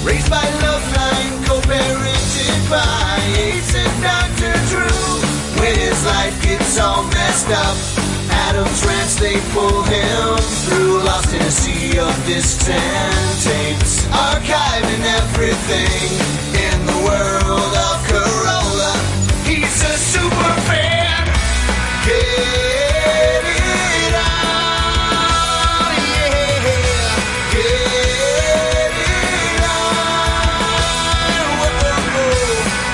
Raised by love line, co-parented by AIDS and Dr. Drew. When his life gets all messed up, Adam's rants, they pull him through. Lost in a sea of distant tapes, archiving everything in the world of Corolla. He's a super fan. Get it on, yeah. Get it on, whoa,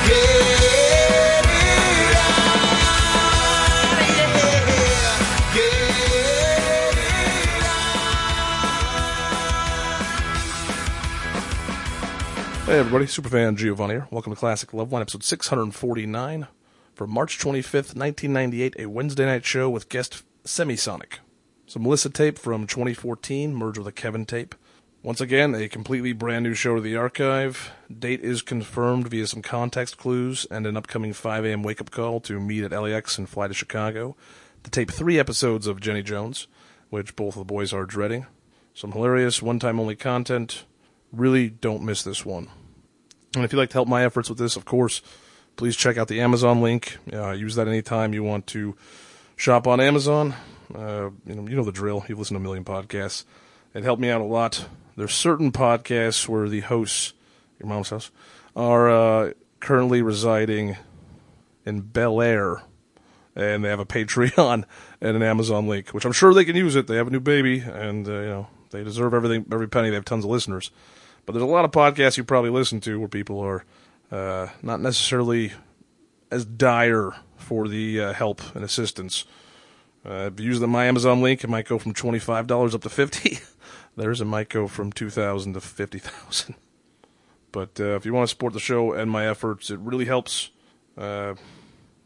get it on, yeah. Get it on. Hey everybody, Superfan Giovanni here. Welcome to Classic Love Line, episode 649 for March 25th, 1998, a Wednesday night show with guest Semisonic. Some Melissa tape from 2014 merged with a Kevin tape. Once again, a completely brand new show to the archive. Date is confirmed via some context clues and an upcoming 5 a.m. wake up call to meet at LAX and fly to Chicago to tape three episodes of Jenny Jones, which both of the boys are dreading. Some hilarious one time only content. Really don't miss this one. And if you'd like to help my efforts with this, of course, please check out the Amazon link. Uh, use that anytime you want to shop on Amazon. Uh, you, know, you know the drill. You've listened to a million podcasts. It helped me out a lot. There's certain podcasts where the hosts, your mom's house, are uh, currently residing in Bel Air, and they have a Patreon and an Amazon link, which I'm sure they can use it. They have a new baby, and uh, you know they deserve everything, every penny. They have tons of listeners, but there's a lot of podcasts you probably listen to where people are uh, not necessarily as dire for the uh, help and assistance. Uh, if you use the my Amazon link, it might go from twenty five dollars up to fifty. There's it might go from two thousand to fifty thousand. But uh, if you want to support the show and my efforts, it really helps. Uh,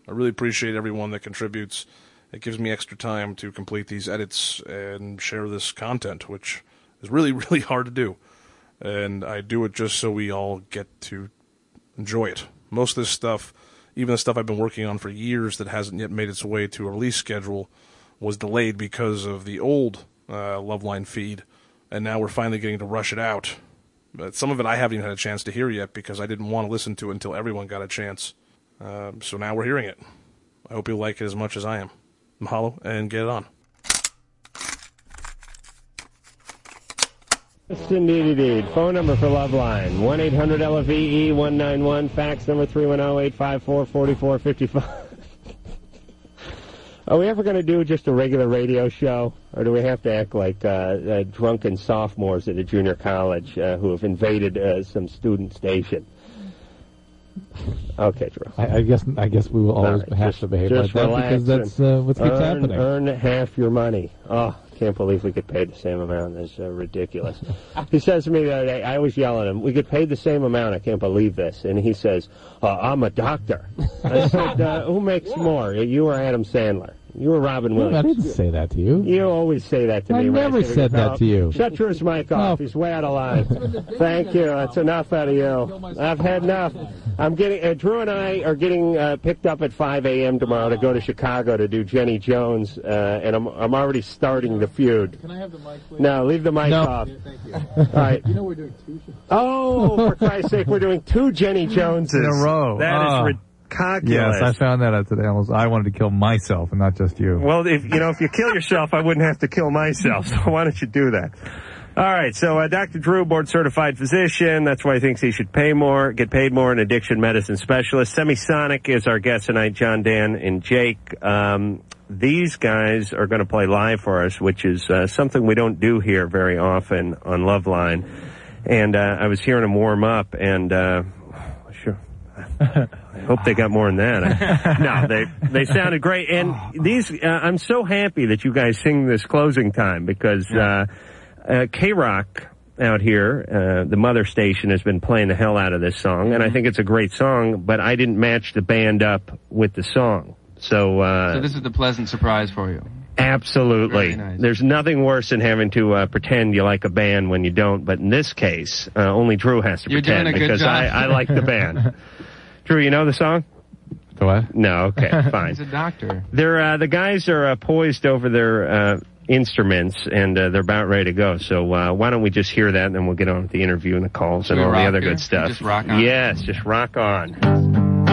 I really appreciate everyone that contributes. It gives me extra time to complete these edits and share this content, which is really, really hard to do. And I do it just so we all get to enjoy it. Most of this stuff, even the stuff I've been working on for years that hasn't yet made its way to a release schedule, was delayed because of the old uh, Loveline feed, and now we're finally getting to rush it out. But some of it I haven't even had a chance to hear yet because I didn't want to listen to it until everyone got a chance. Um, so now we're hearing it. I hope you like it as much as I am. Mahalo and get it on. Yes, indeed, indeed. Phone number for Loveline, E 1-800-LFEE-191, fax number 310-854-4455. Are we ever going to do just a regular radio show, or do we have to act like uh, uh, drunken sophomores at a junior college uh, who have invaded uh, some student station? Okay, Drew. I, I guess I guess we will always right, have just- to behave just like that because relax that's uh, what keeps earn, happening. Earn half your money. Oh, can't believe we get paid the same amount. That's uh, ridiculous. he says to me the other day, I was yelling at him, we get paid the same amount. I can't believe this. And he says, uh, I'm a doctor. I said, uh, who makes more? You or Adam Sandler? You or Robin Well, I Williams? didn't say that to you. You always say that to I me. Ray. never Here we said go. that to you. Shut your mic off. No. He's way out of line. Thank you. That's enough out of you. I've had enough. I'm getting uh, Drew and I are getting uh, picked up at 5 a.m. tomorrow to go to Chicago to do Jenny Jones, uh, and I'm I'm already starting the feud. Can I have the mic, please? No, leave the mic No. off. Yeah, thank you. All right. You know we're doing two shows. Oh, for Christ's sake, we're doing two Jenny Joneses in a row. That is Ah. Ridiculous. Yes, I found that out today. Almost, I wanted to kill myself and not just you. Well, if you know, if you kill yourself, I wouldn't have to kill myself. So why don't you do that? All right. So uh, Dr. Drew, board certified physician. That's why he thinks he should pay more, get paid more, an addiction medicine specialist. Semisonic is our guest tonight. John, Dan, and Jake. Um, these guys are going to play live for us, which is uh, something we don't do here very often on Loveline. And uh, I was hearing them warm up, and uh, sure. I hope they got more than that. I- no, they they sounded great, and these uh, I'm so happy that you guys sing this closing time because uh, uh, K Rock out here, uh, the mother station has been playing the hell out of this song, Mm-hmm. and I think it's a great song. But I didn't match the band up with the song, so, uh, So this is the pleasant surprise for you. Absolutely. Very nice. There's nothing worse than having to uh, pretend you like a band when you don't. But in this case, uh, only Drew has to You're doing pretend a good because job. I, I like the band. Drew, you know the song? Do I? No. Okay. He's fine. a doctor. They're uh, the guys are uh, poised over their uh, instruments, and uh, they're about ready to go. So uh, why don't we just hear that, and then we'll get on with the interview and the calls and Should we all the rock other here? good stuff. Just rock on? Yes, just rock on.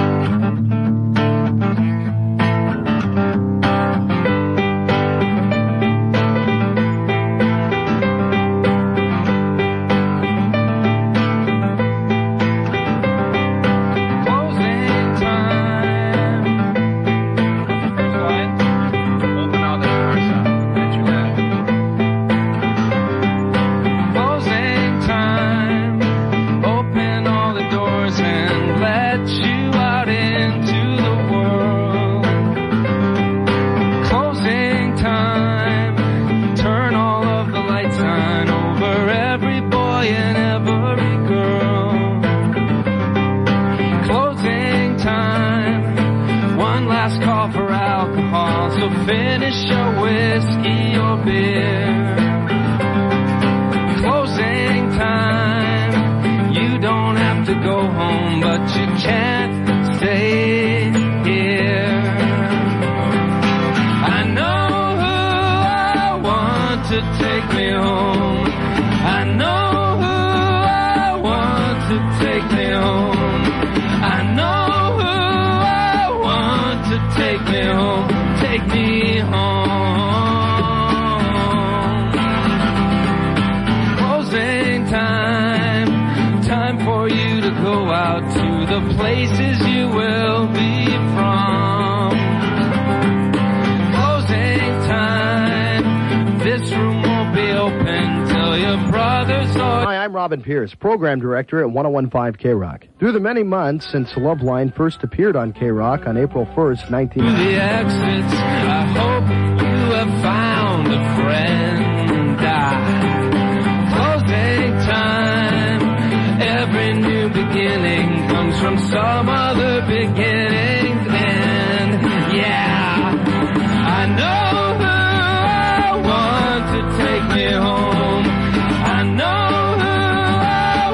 Closing time. One last call for alcohol. So finish your whiskey or beer. Closing time. You don't have to go home, but you can't stay here. I know who I want to take me home. I know who I want to take me home. I know who I want to take me home. Take me home. Closing time. Time for you to go out to the places you will be from closing time. This room won't be open till your brothers or Hi, I'm Robin Pierce, program director at 1015 K Rock. Through the many months since Loveline first appeared on K Rock on April 1st, 19. 19- the exits. I hope you have found a friend. I closing time. Every new beginning comes from some other beginning's end. Yeah, I know who I want to take me home. I know who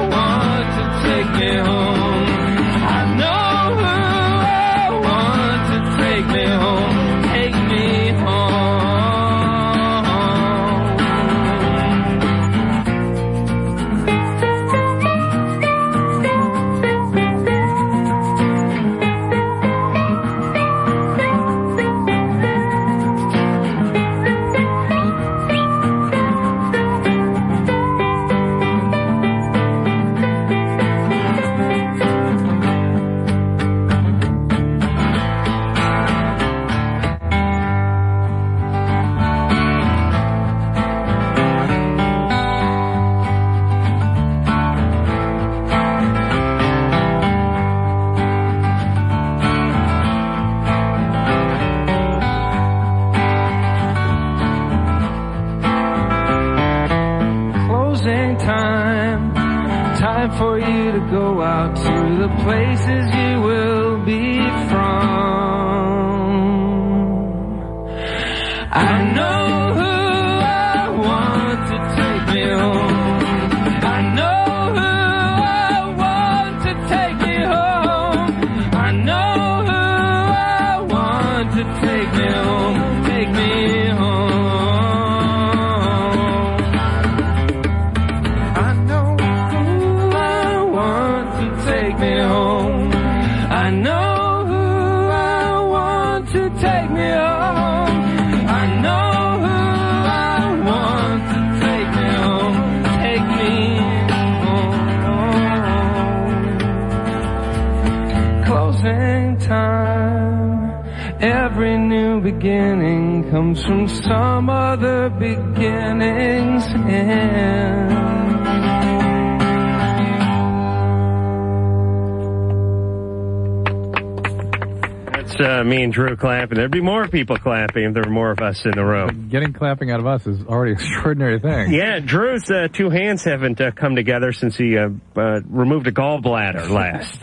I want to take me home. I know who I want to take me home. Take me home. closing time. Time for you to go out to the places you will be from. I know who I want to take me home. I know who I want to take me home. I know who I want to take me home. Take me home. I know who I want to take me home. I know who I want to take me home. I know who I want to take me home. Take me home. Closing time. Every new beginning comes from some other beginning's end. That's uh, me and Drew clapping. There'd be more people clapping if there were more of us in the room. Getting clapping out of us is already an extraordinary thing. Yeah, Drew's uh, two hands haven't uh, come together since he uh, uh, removed a gallbladder last.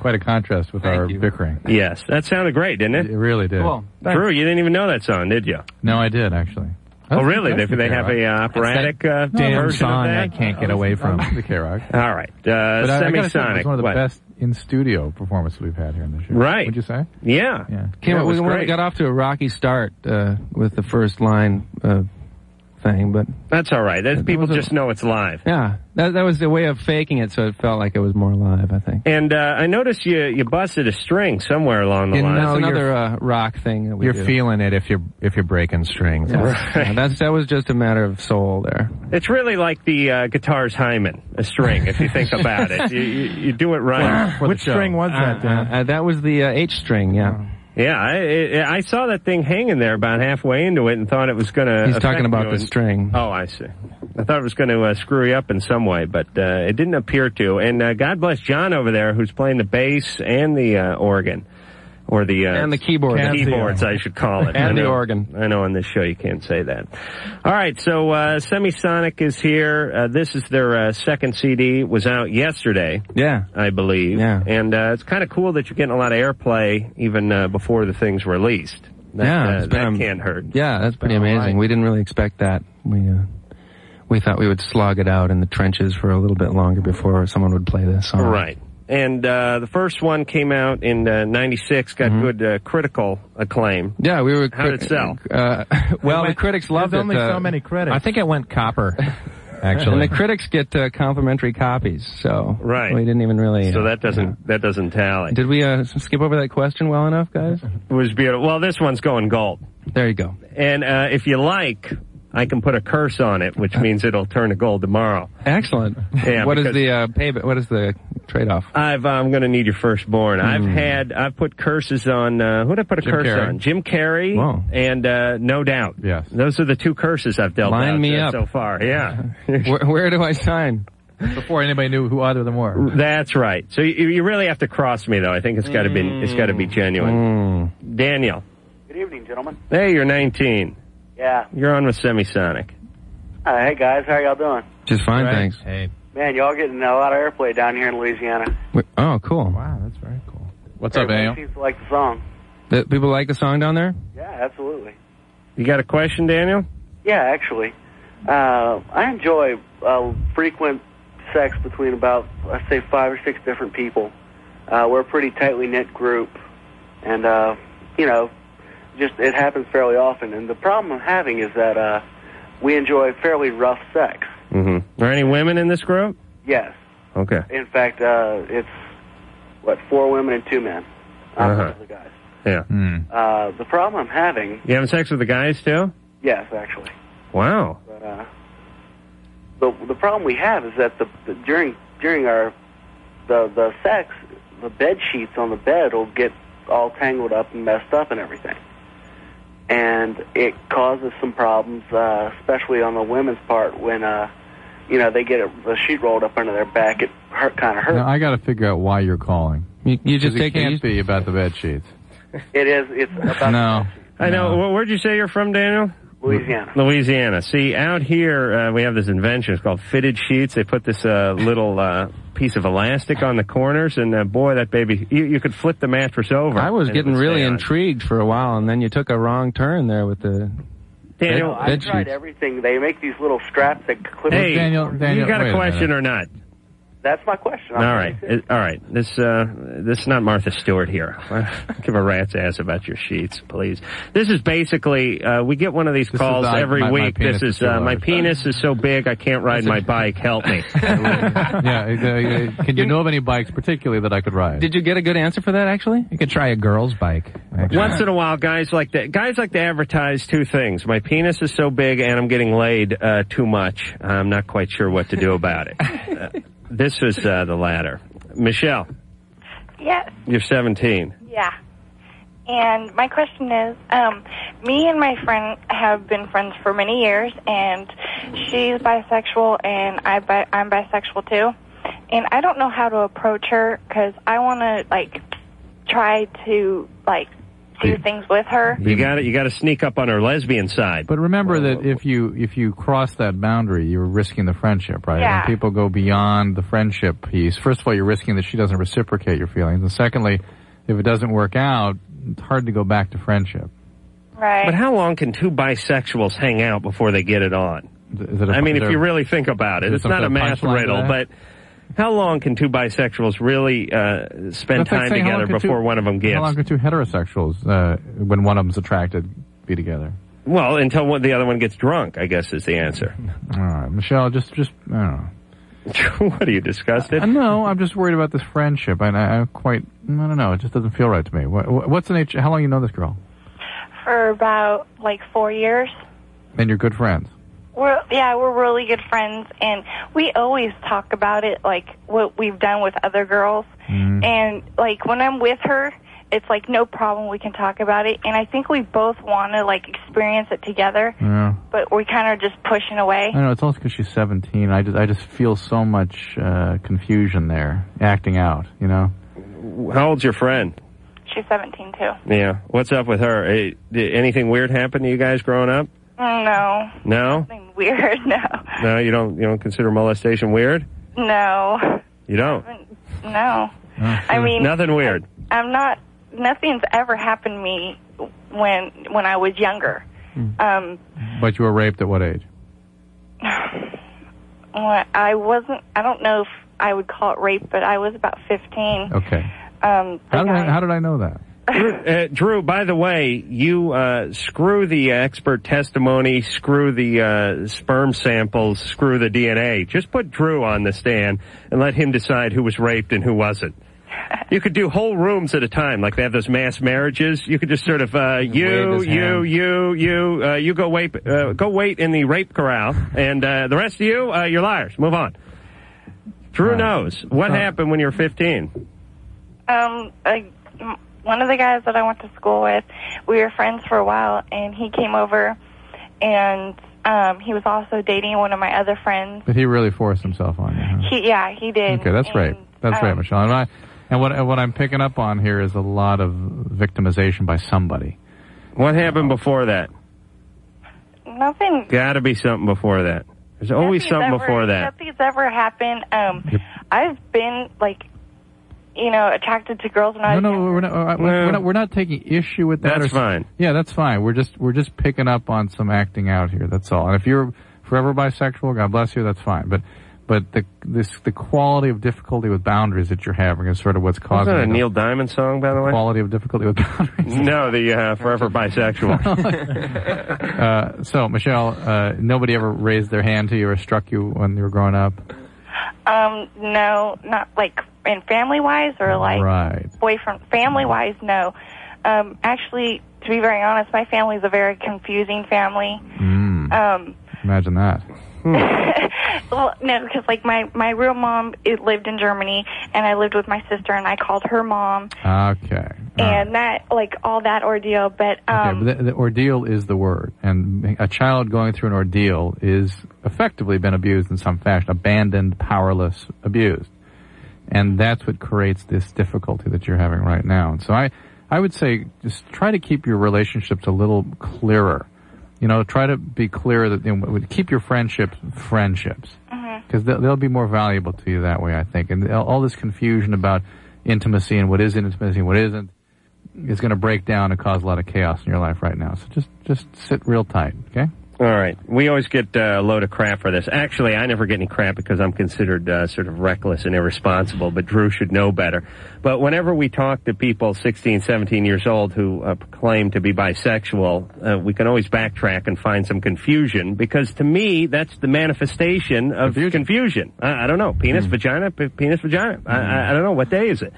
Quite a contrast with our bickering. yes, that sounded great, didn't it? It really did. Cool. Drew, you didn't even know that song, did you? No, I did actually. Oh, really? They, they have a uh, operatic uh, damn version song of that. I can't get away from the K Rock. All right, uh, but I, I gotta say, it Semisonic, was one of the what? best in studio performances we've had here in the show. Right. Would you say? Yeah. Yeah. Came, Yeah, it was we, we great. got off to a rocky start uh, with the first line uh, thing, but That's all right. That, people was a- just know it's live. yeah, that, that was the way of faking it, so it felt like it was more live. I think. And uh, I noticed you you busted a string somewhere along the And line. that's you're- another uh, rock thing that we You're do. feeling it if you're if you're breaking strings. Yeah. Yeah, that's that was just a matter of soul there. It's really like the uh, guitar's hymen, a string. If you think about it, you, you, you do it right. Which string was Uh, uh, that was the uh, H string. Yeah, Yeah, I, I I saw that thing hanging there about halfway into it and thought it was going to. he's talking about the string. Oh, I see. I thought it was going to uh, screw you up in some way, but uh, it didn't appear to. And uh, God bless John over there, who's playing the bass and the uh, organ, or the uh, And the keyboard. the And the- keyboards, I should call it, And I the know- organ. I know on this show you can't say that. All right, so uh, Semisonic is here. Uh, this is their uh, second CD. It was out yesterday. Yeah, I believe. Yeah. And uh, it's kind of cool that you're getting a lot of airplay even uh, before the thing's released. That, Yeah, uh, it's that been, um, can't hurt. yeah, that's pretty been all amazing. right. We didn't really expect that. We uh, we thought we would slog it out in the trenches for a little bit longer before someone would play this song. Right. And uh, the first one came out in uh, '96, got good uh, critical acclaim. Mm-hmm. Yeah, we were. How did it sell? Uh, well, the went- critics loved there's it. uh, only so many credits. I think it went copper. and Actually, the critics get uh, complimentary copies, so Right. We didn't even really. So uh, that doesn't that doesn't tally. Did we uh, skip over that question well enough, guys? It was beautiful. Well, this one's going gold. There you go. And uh, if you like, I can put a curse on it, which means it'll turn to gold tomorrow. Excellent. Yeah, what is because- the uh, payment? What is the trade-off? Hmm. I've, uh, I'm going to need your firstborn. I've had, I've put curses on, uh, who'd I put a curse Carrey. on? Jim Carrey Wow. and, uh, No Doubt. Yes. Those are the two curses I've dealt Line out me to up. so far. Yeah. where, where do I sign? Before anybody knew who either of them were. That's right. So you, you really have to cross me though. I think it's got to be, it's got to be genuine. Mm. Daniel. Good evening, gentlemen. Hey, you're 19. Yeah. You're on with Semisonic. Uh, hey, guys. How y'all doing? Just fine, Right? thanks. Hey. Man, y'all getting a lot of airplay down here in Louisiana. Wait, Oh, cool. Wow, Ah, that's very cool. What's up, Everyone Daniel? seems to like the song. The- people like the song down there. Yeah, absolutely. You got a question, Daniel? Yeah, actually, uh, I enjoy uh, frequent sex between about, let's say, five or six different people. Uh, we're a pretty tightly knit group, and uh, you know, just it happens fairly often. And the problem I'm having is that uh, we enjoy fairly rough sex. Mm-hmm. Are any women in this group? Yes, Okay. in fact, uh, it's what four women and two men. I'm one Uh-huh. of the guys. Yeah. Hmm. Uh, the problem I'm having, You having sex with the guys too? yes, actually. Wow. But uh, the the problem we have is that the, the during during our the the sex, the bed sheets on the bed will get all tangled up and messed up and everything, and it causes some problems, uh, especially on the women's part when uh, you know they get a, the sheet rolled up under their back. It hurt, kind of hurts. Now, I got to figure out why you're calling. You, you just 'Cause it take can't it. be about the bed sheets. It is. It's about No. I know. wh- Where'd you say you're from, Daniel? Louisiana. Louisiana. See, out here uh, we have this invention. It's called fitted sheets. They put this uh, little uh, piece of elastic on the corners, and uh, boy, that baby, you, you could flip the mattress over. I was and it getting would really stay on. intrigued for a while, and then you took a wrong turn there with the. Daniel, Bed- I bed tried sheets. everything. They make these little straps that clip. hey, Daniel- Daniel, you got a wait a question or not? That's my question. I'm All right, serious. It- all right. This uh, this is not Martha Stewart here. Give a rat's ass about your sheets, please. This is basically uh, we get one of these is calls I- every my- my week. penis this is is too uh, my large. penis is so big I can't ride my bike. Help me. yeah. uh, uh, Can you know of any bikes particularly that I could ride? Did you get a good answer for that? Actually, you could try a girl's bike. actually. Once in a while, guys like that. Guys like to advertise two things: my penis is so big, and I'm getting laid uh, too much. I'm not quite sure what to do about it. Uh, this is uh, the latter. Michelle, Yes, you're 17. yeah. And my question is, um, me and my friend have been friends for many years, and she's bisexual, and I bi- I'm bisexual too. And I don't know how to approach her because I want to like try to like do things with her. You got to You got to sneak up on her lesbian side. But remember that if you if you cross that boundary, you're risking the friendship, right? Yeah. When people go beyond the friendship piece, first of all, you're risking that she doesn't reciprocate your feelings, and secondly, if it doesn't work out, it's hard to go back to friendship. Right. But how long can two bisexuals hang out before they get it on? it a- I mean, is if there- you really think about is it, there it's not a some sort of punchline math to riddle, that? but how long can two bisexuals really uh, spend That's like time saying how together long could before two- one of them How gives? long could two heterosexuals, uh, when one of them's attracted, be together? Well, until one, the other one gets drunk, I guess is the answer. All right, Michelle, just just I don't know. what are you disgusted? Uh, no, I'm just worried about this friendship. I, I, I quite I don't know. It just doesn't feel right to me. What, what's an H? How long you know this girl? for about like four years. And you're good friends. We're yeah, we're really good friends, and we always talk about it, like what we've done with other girls. And like when I'm with her, it's like no problem. We can talk about it, and I think we both want to like experience it together, Yeah. but we kind of just pushing I away. don't know. It's also because she's 17. I just I just feel so much uh, confusion there, acting out. You know. How old's your friend? She's 17 too. Yeah. What's up with her? Eh, Did anything weird happen to you guys growing up? No, No? weird. No, No, you don't you don't consider molestation weird? no, You don't. no. Mm-hmm. I mean, nothing weird. I'm not. Nothing's ever happened to me when when I was younger. Um, But you were raped at what age? Well, I wasn't. I don't know if I would call it rape, but I was about fifteen. Okay. Um, How did I, how did I know that? Uh, Drew, by the way, you uh, screw the expert testimony, screw the uh, sperm samples, screw the DNA. Just put Drew on the stand and let him decide who was raped and who wasn't. You could do whole rooms at a time, like they have those mass marriages. You could just sort of uh, you, his you, hand. you, you, uh, you go wait, uh, go wait in the rape corral, and uh, the rest of you, uh, you're liars. Move on. Drew knows what happened when you were 15. um, I, m- one of the guys that I went to school with, we were friends for a while, and he came over, and um, he was also dating one of my other friends. Did he really force himself on you? huh? He, yeah, he did. Mm-hmm. Okay, that's right. That's right, um, Michelle. And, I, and what and what I'm picking up on here is a lot of victimization by somebody. What happened before that? Nothing. Got to be something before that. There's always nothing's something ever- before that. Nothing's ever happened. Um, I've been like, you know, attracted to girls when I No, was no, we're not, uh, we're, we're not. We're not taking issue with that. That's or, fine. Yeah, that's fine. We're just we're just picking up on some acting out here. That's all. And if you're forever bisexual, God bless you. That's fine. But but the this the quality of difficulty with boundaries that you're having is sort of what's Wasn't causing that a it. Neil Diamond song, by the way? quality of difficulty with boundaries. No, the uh, Forever Bisexual. Uh, so Michelle, uh, nobody ever raised their hand to you or struck you when you were growing up. Mm-hmm. Um, no, not like in family wise or like Right. boyfriend family wise. No, um, actually, to be very honest, my family's a very confusing family. Mm, Um, imagine that. well, no, because like my my real mom it lived in Germany, and I lived with my sister, and I called her mom, Okay. and that like all that ordeal. But um, Ah. Okay, but the, the ordeal is the word, and a child going through an ordeal is effectively been abused in some fashion, abandoned, powerless, abused, and that's what creates this difficulty that you're having right now. And so I, I would say just try to keep your relationships a little clearer. You know, try to be clear that you know, keep your friendships friendships Mm-hmm. because they'll, they'll be more valuable to you that way, I think. And all- all this confusion about intimacy and what is intimacy and what isn't is going to break down and cause a lot of chaos in your life right now. So just just sit real tight, okay? All right. We always get uh, a load of crap for this. Actually, I never get any crap because I'm considered uh, sort of reckless and irresponsible, but Drew should know better. But whenever we talk to people 16, 17 years old who uh, claim to be bisexual, uh, we can always backtrack and find some confusion because to me, that's the manifestation of confusion. I, I don't know. Penis, vagina, p- penis, vagina. I- I, I don't know. What day is it?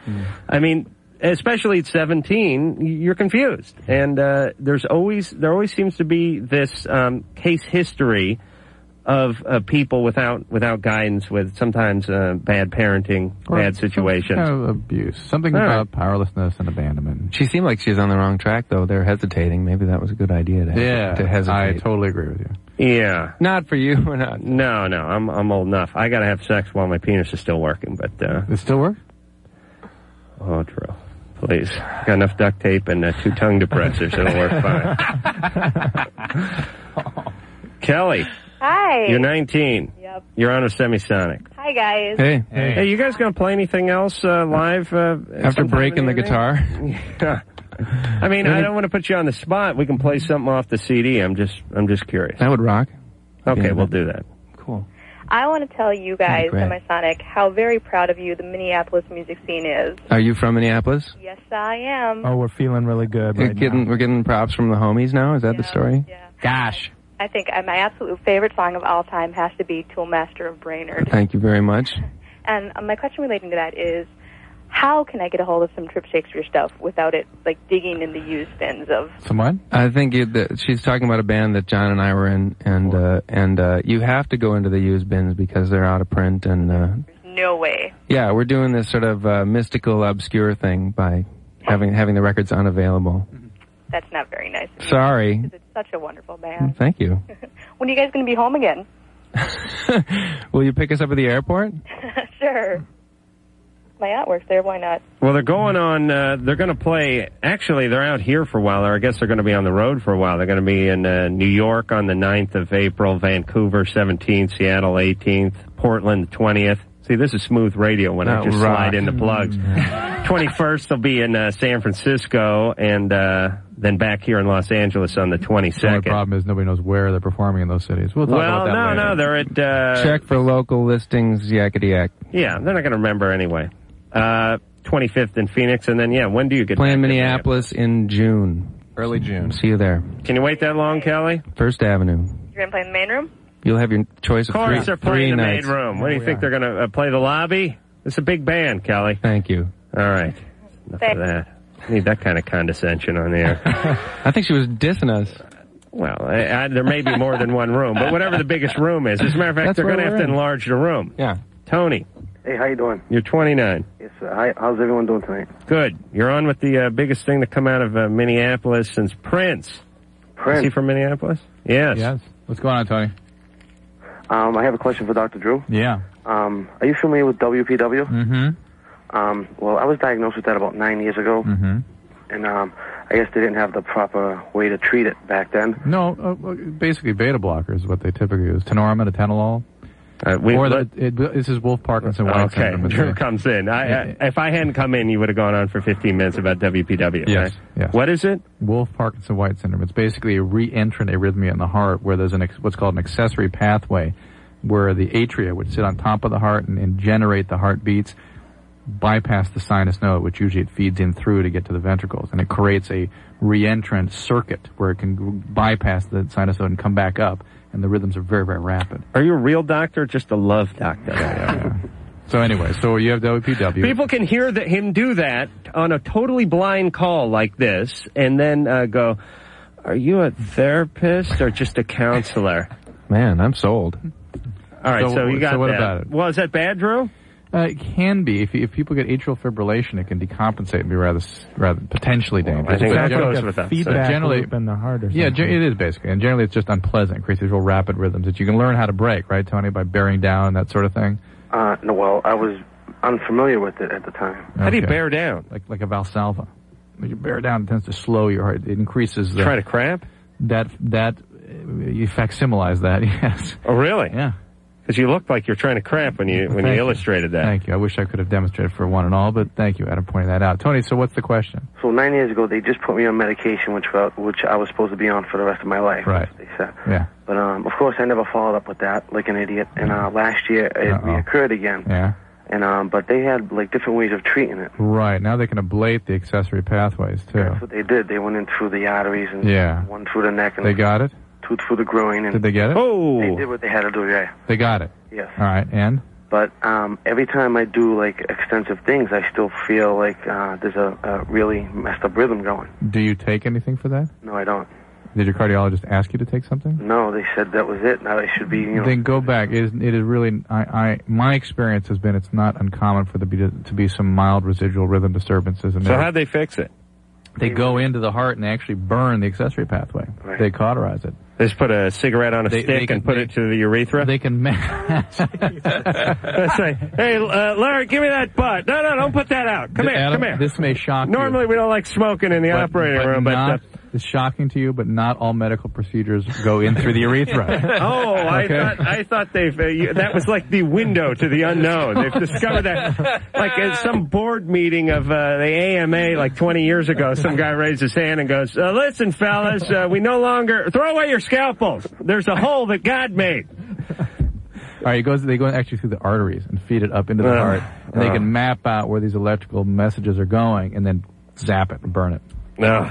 I mean, especially at 17, you're confused. And uh, there's always there always seems to be this um, case history of uh, people without without guidance, with sometimes uh, bad parenting, bad situations. Kind of abuse, something All right. about powerlessness and abandonment. She seemed like she was on the wrong track, though. They're hesitating. Maybe that was a good idea to, Yeah, to hesitate. I totally agree with you. Yeah, not for you. Not. No, no, I'm I'm old enough. I gotta have sex while my penis is still working. But uh, it still works. Oh, Drew, please, got enough duct tape and uh, two tongue depressors. It'll work fine. Kelly, Hi. you're 19. Yep. You're on with Semisonic. Hi, guys. hey, you guys gonna play anything else uh, live uh, After breaking the guitar? Yeah. I mean, I don't want to put you on the spot. We can play something off the CD. I'm just, I'm just curious. That would rock. Okay, we'll do that. I want to tell you guys, great. Semisonic, how very proud of you the Minneapolis music scene is. Are you from Minneapolis? Yes, I am. Oh, we're feeling really good We're getting we're getting props from the homies now. Is that the story? Yeah. Gosh. I think uh, my absolute favorite song of all time has to be Tool Master of Brainerd. Thank you very much. And uh, my question relating to that is, how can I get a hold of some Trip Shakespeare stuff without it like digging in the used bins of? Someone? I think it, that she's talking about a band that John and I were in, and uh, and uh, you have to go into the used bins because they're out of print. And uh, No way. yeah, we're doing this sort of uh, mystical, obscure thing by having having the records unavailable. That's not very nice. of you. Sorry. Mm, It's such a wonderful band. Thank you. When are you guys going to be home again? Will you pick us up at the airport? sure. My aunt works there. Why not? Well, they're going on. Uh, they're going to play. Actually, they're out here for a while. Or I guess they're going to be on the road for a while. They're going to be in uh, New York on the 9th of April, Vancouver 17th, Seattle 18th, Portland 20th. See, this is smooth radio when I Oh, That just rocks. slide in the plugs. Mm-hmm. 21st, they'll be in uh, San Francisco, and uh, then back here in Los Angeles on the 22nd. The only problem is nobody knows where they're performing in those cities. We'll talk well, about that no, later. no, they're at. Uh, Check for local listings, yakety yak. Yeah, they're not going to remember anyway. Uh, 25th in Phoenix, and then yeah, when do you get Playing Minneapolis in June. Early June. See you there. Can you wait that long, Kelly? First Avenue. You're going to play in the main room? You'll have your choice of Of course, three, they're three playing the nights. Oh, main room. What do you think they're going to uh, play? The lobby? It's a big band, Kelly. Thank you. All right, enough of that. Need that kind of condescension on the air. I think she was dissing us. Well, I, I, there may be more than one room, but whatever the biggest room is, as a matter of fact, That's they're where going to we're have to in. enlarge the room. Yeah. Tony, Hey, how you doing? you're 29. Yes, sir. Hi, how's everyone doing tonight? Good. You're on with the uh, biggest thing to come out of uh, Minneapolis since Prince. Prince. Is he from Minneapolis? Yes. Yes. What's going on, Tony? Um, I have a question for Dr. Drew. Yeah. Um, are you familiar with WPW? Mm-hmm. Um, well, I was diagnosed with that about nine years ago, mm-hmm. and um, I guess they didn't have the proper way to treat it back then. No, uh, well, basically beta blockers is what they typically use. Tenormin, atenolol. Uh, we- or the, let- it, this is Wolf Parkinson White Okay, syndrome. Drew comes in. I, I, if I hadn't come in, you would have gone on for 15 minutes about WPW. Yes, right? yes. What is it? Wolf Parkinson White syndrome. It's basically a reentrant arrhythmia in the heart where there's an ex- what's called an accessory pathway where the atria, which sit on top of the heart and, and generate the heartbeats, bypass the sinus node, which usually it feeds in through to get to the ventricles. And it creates a reentrant circuit where it can bypass the sinus node and come back up. And the rhythms are very, very rapid. Are you a real doctor or just a love doctor? So anyway, so you have WPW. People can hear that him do that on a totally blind call like this, and then uh, go, "Are you a therapist or just a counselor?" Man, I'm sold. All right, so, So, you got so what that. about it? Well, is that bad, Drew? Uh, it can be if, if people get atrial fibrillation, it can decompensate and be rather s- rather potentially dangerous. I think But that generally- goes with that. But Feedback generally, loop in the heart or yeah, something. ge- it is basically, and generally it's just unpleasant. It creates these real rapid rhythms that you can learn how to break, right, Tony, by bearing down and that sort of thing. Uh, no, well, I was unfamiliar with it at the time. How do you bear down? Like like a valsalva. When you bear down, it tends to slow your heart. It increases. The, Try to cramp. That that uh, you facsimilize that. Yes. Oh, really? Yeah. Because you looked like you're trying to cramp when you when you Thank you. illustrated that. Thank you. I wish I could have demonstrated for one and all, but thank you, Adam, for pointing that out. Tony, so what's the question? So nine years ago, they just put me on medication, which felt, which I was supposed to be on for the rest of my life. Right. They said. Yeah. But um, of course, I never followed up with that like an idiot. And uh, last year, it reoccurred again. Yeah. And um, but they had like different ways of treating it. Right. Now they can ablate the accessory pathways too. That's what they did. They went in through the arteries and Yeah. one through the neck and They got it? two through the groin. And Did they get it? Oh. They did what they had to do. Yeah. They got it. Yes. All right. And? But um, every time I do like extensive things, I still feel like uh, there's a, a really messed up rhythm going. Do you take anything for that? No, I don't. Did your cardiologist ask you to take something? No, they said that was it. Now I should be, you know. Then go back. It is, it is really, I, I, my experience has been it's not uncommon for there be to be some mild residual rhythm disturbances. And So how'd they fix it? they go into the heart and they actually burn the accessory pathway. They cauterize it. They just put a cigarette on a They- stick they can- and put it to the urethra. They can. Ma- That's right. Hey, uh, Larry, give me that butt. No, no, don't put that out. Come here, Adam, come here. This may shock you. Normally we don't like smoking in the operating room, but not uh, is shocking to you, but not all medical procedures go in through the urethra. oh, I Okay. thought I thought they've uh, you, that was like the window to the unknown. They've discovered that, like at some board meeting of uh, the AMA, like 20 years ago, some guy raised his hand and goes, uh, "Listen, fellas, uh, we no longer throw away your scalpels. There's a hole that God made." All right, it goes. They go actually through the arteries and feed it up into the Ugh. heart, and they Ugh. can map out where these electrical messages are going, and then zap it and burn it. No.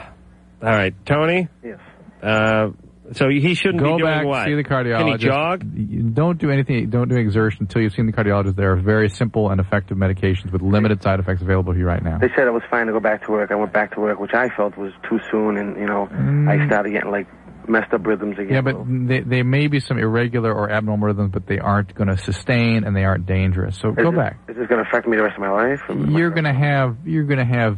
All right, Tony. Yes. Uh, so he shouldn't go be doing back what? see the cardiologist. Can he jog? You Don't do anything. Don't do exertion until you've seen the cardiologist. There are very simple and effective medications with limited side effects available to you right now. They said I was fine to go back to work. I went back to work, which I felt was too soon, and you know, I started getting like messed up rhythms again. Mm. Yeah, but they, they may be some irregular or abnormal rhythms, but they aren't going to sustain and they aren't dangerous. So go is back. This, is this going to affect me the rest of my life? You're going to have you're going to have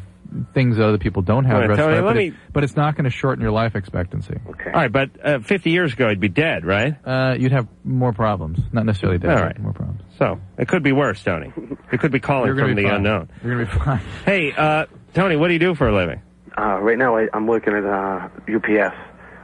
things that other people don't have. All right, the rest of Tony, their life, let but, me- it- but it's not going to shorten your life expectancy. Okay. All right, but uh, 50 years ago, he'd be dead, right? Uh, you'd have more problems, not necessarily dead. All right. more problems. So it could be worse, Tony. It could be calling You're gonna from be the fine. unknown. You're going to be fine. Hey, uh, Tony, what do you do for a living? Uh, right now, I, I'm working at uh, UPS,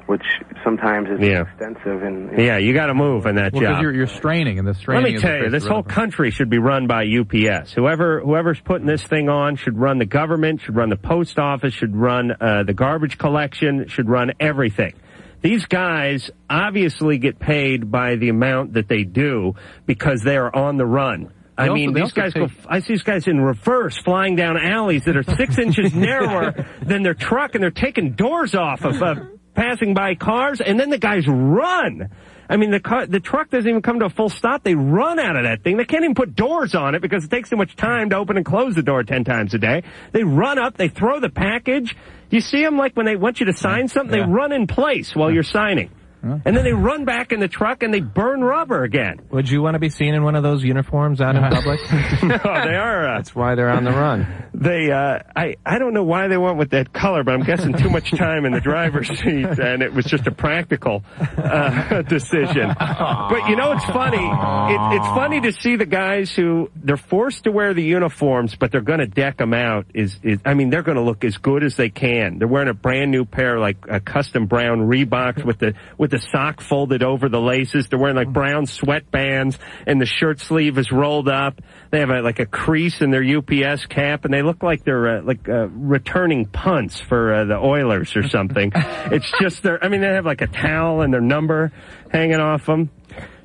which sometimes is Yeah. extensive and you know, Yeah, you got to move in that Well, 'cause job. you're, you're straining, and the straining. Let me is the tell you, first this whole relevant. country should be run by UPS. Whoever whoever's putting this thing on should run the government, should run the post office, should run uh, the garbage collection, should run everything. These guys obviously get paid by the amount that they do because they are on the run. I They also- mean, they these also guys go. take- I see these guys in reverse flying down alleys that are six inches narrower than their truck, and they're taking doors off of uh, passing by cars, and then the guys run. I mean, the car, the truck doesn't even come to a full stop. They run out of that thing. They can't even put doors on it because it takes so much time to open and close the door ten times a day. They run up. They throw the package. You see them like when they want you to sign something, they run in place while you're signing. And then they run back in the truck and they burn rubber again. Would you want to be seen in one of those uniforms out in public? no, they are. Uh, That's why they're on the run. They, uh, I, I don't know why they went with that color, but I'm guessing too much time in the driver's seat, and it was just a practical uh, decision. But you know, it's funny. It, it's funny to see the guys who they're forced to wear the uniforms, but they're going to deck them out. Is, is I mean, they're going to look as good as they can. They're wearing a brand new pair, like a custom brown Reeboks with the with the sock folded over the laces. They're wearing like brown sweatbands, and the shirt sleeve is rolled up. They have a, like a crease in their UPS cap, and they look like they're uh, like uh, returning punts for uh, the Oilers or something. it's just their. I mean, they have like a towel and their number hanging off them.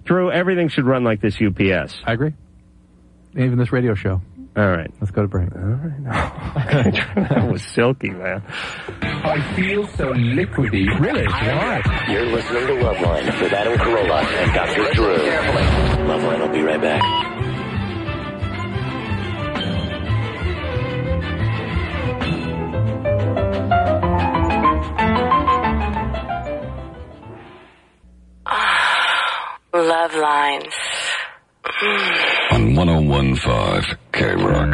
Drew, everything should run like this UPS. I agree. Even this radio show. All right, let's go to break. All right, that was silky, man. I feel so liquidy. Really? Why? You're listening to Loveline with Adam Carolla and Dr. Drew. Loveline will be right back. Love lines. on 1015 K Rock.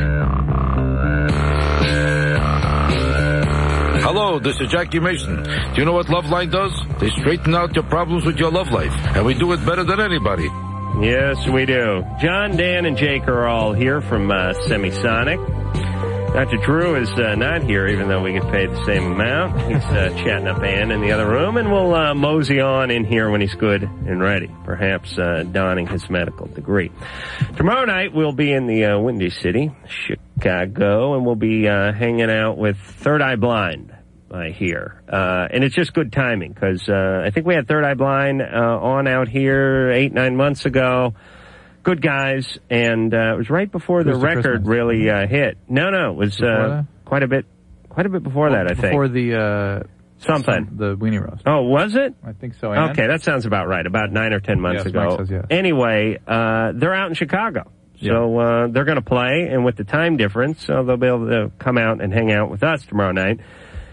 Hello, this is Jackie Mason. Do you know what Love Line does? They straighten out your problems with your love life, and we do it better than anybody. Yes, we do. John, Dan, and Jake are all here from uh, Semisonic. Dr. Drew is uh, not here, even though we get paid the same amount. He's uh, chatting up Ann in the other room, and we'll uh, mosey on in here when he's good and ready, perhaps uh, donning his medical degree. Tomorrow night, we'll be in the uh, Windy City, Chicago, and we'll be uh, hanging out with Third Eye Blind. I hear. Uh, and it's just good timing because uh, I think we had Third Eye Blind uh, on out here eight, nine months ago. Good guys. And uh, it was right before the Cruise to record really uh, hit. No, no, it was uh, that? quite a bit, quite a bit before that, I think. Before the uh, Something. some- the weenie roast. Oh, was it? I think so. Ann. Okay, that sounds about right. About nine or ten months Yes, ago. Mike says yes. Anyway, uh, they're out in Chicago, so uh, they're going to play, and with the time difference, so they'll be able to come out and hang out with us tomorrow night,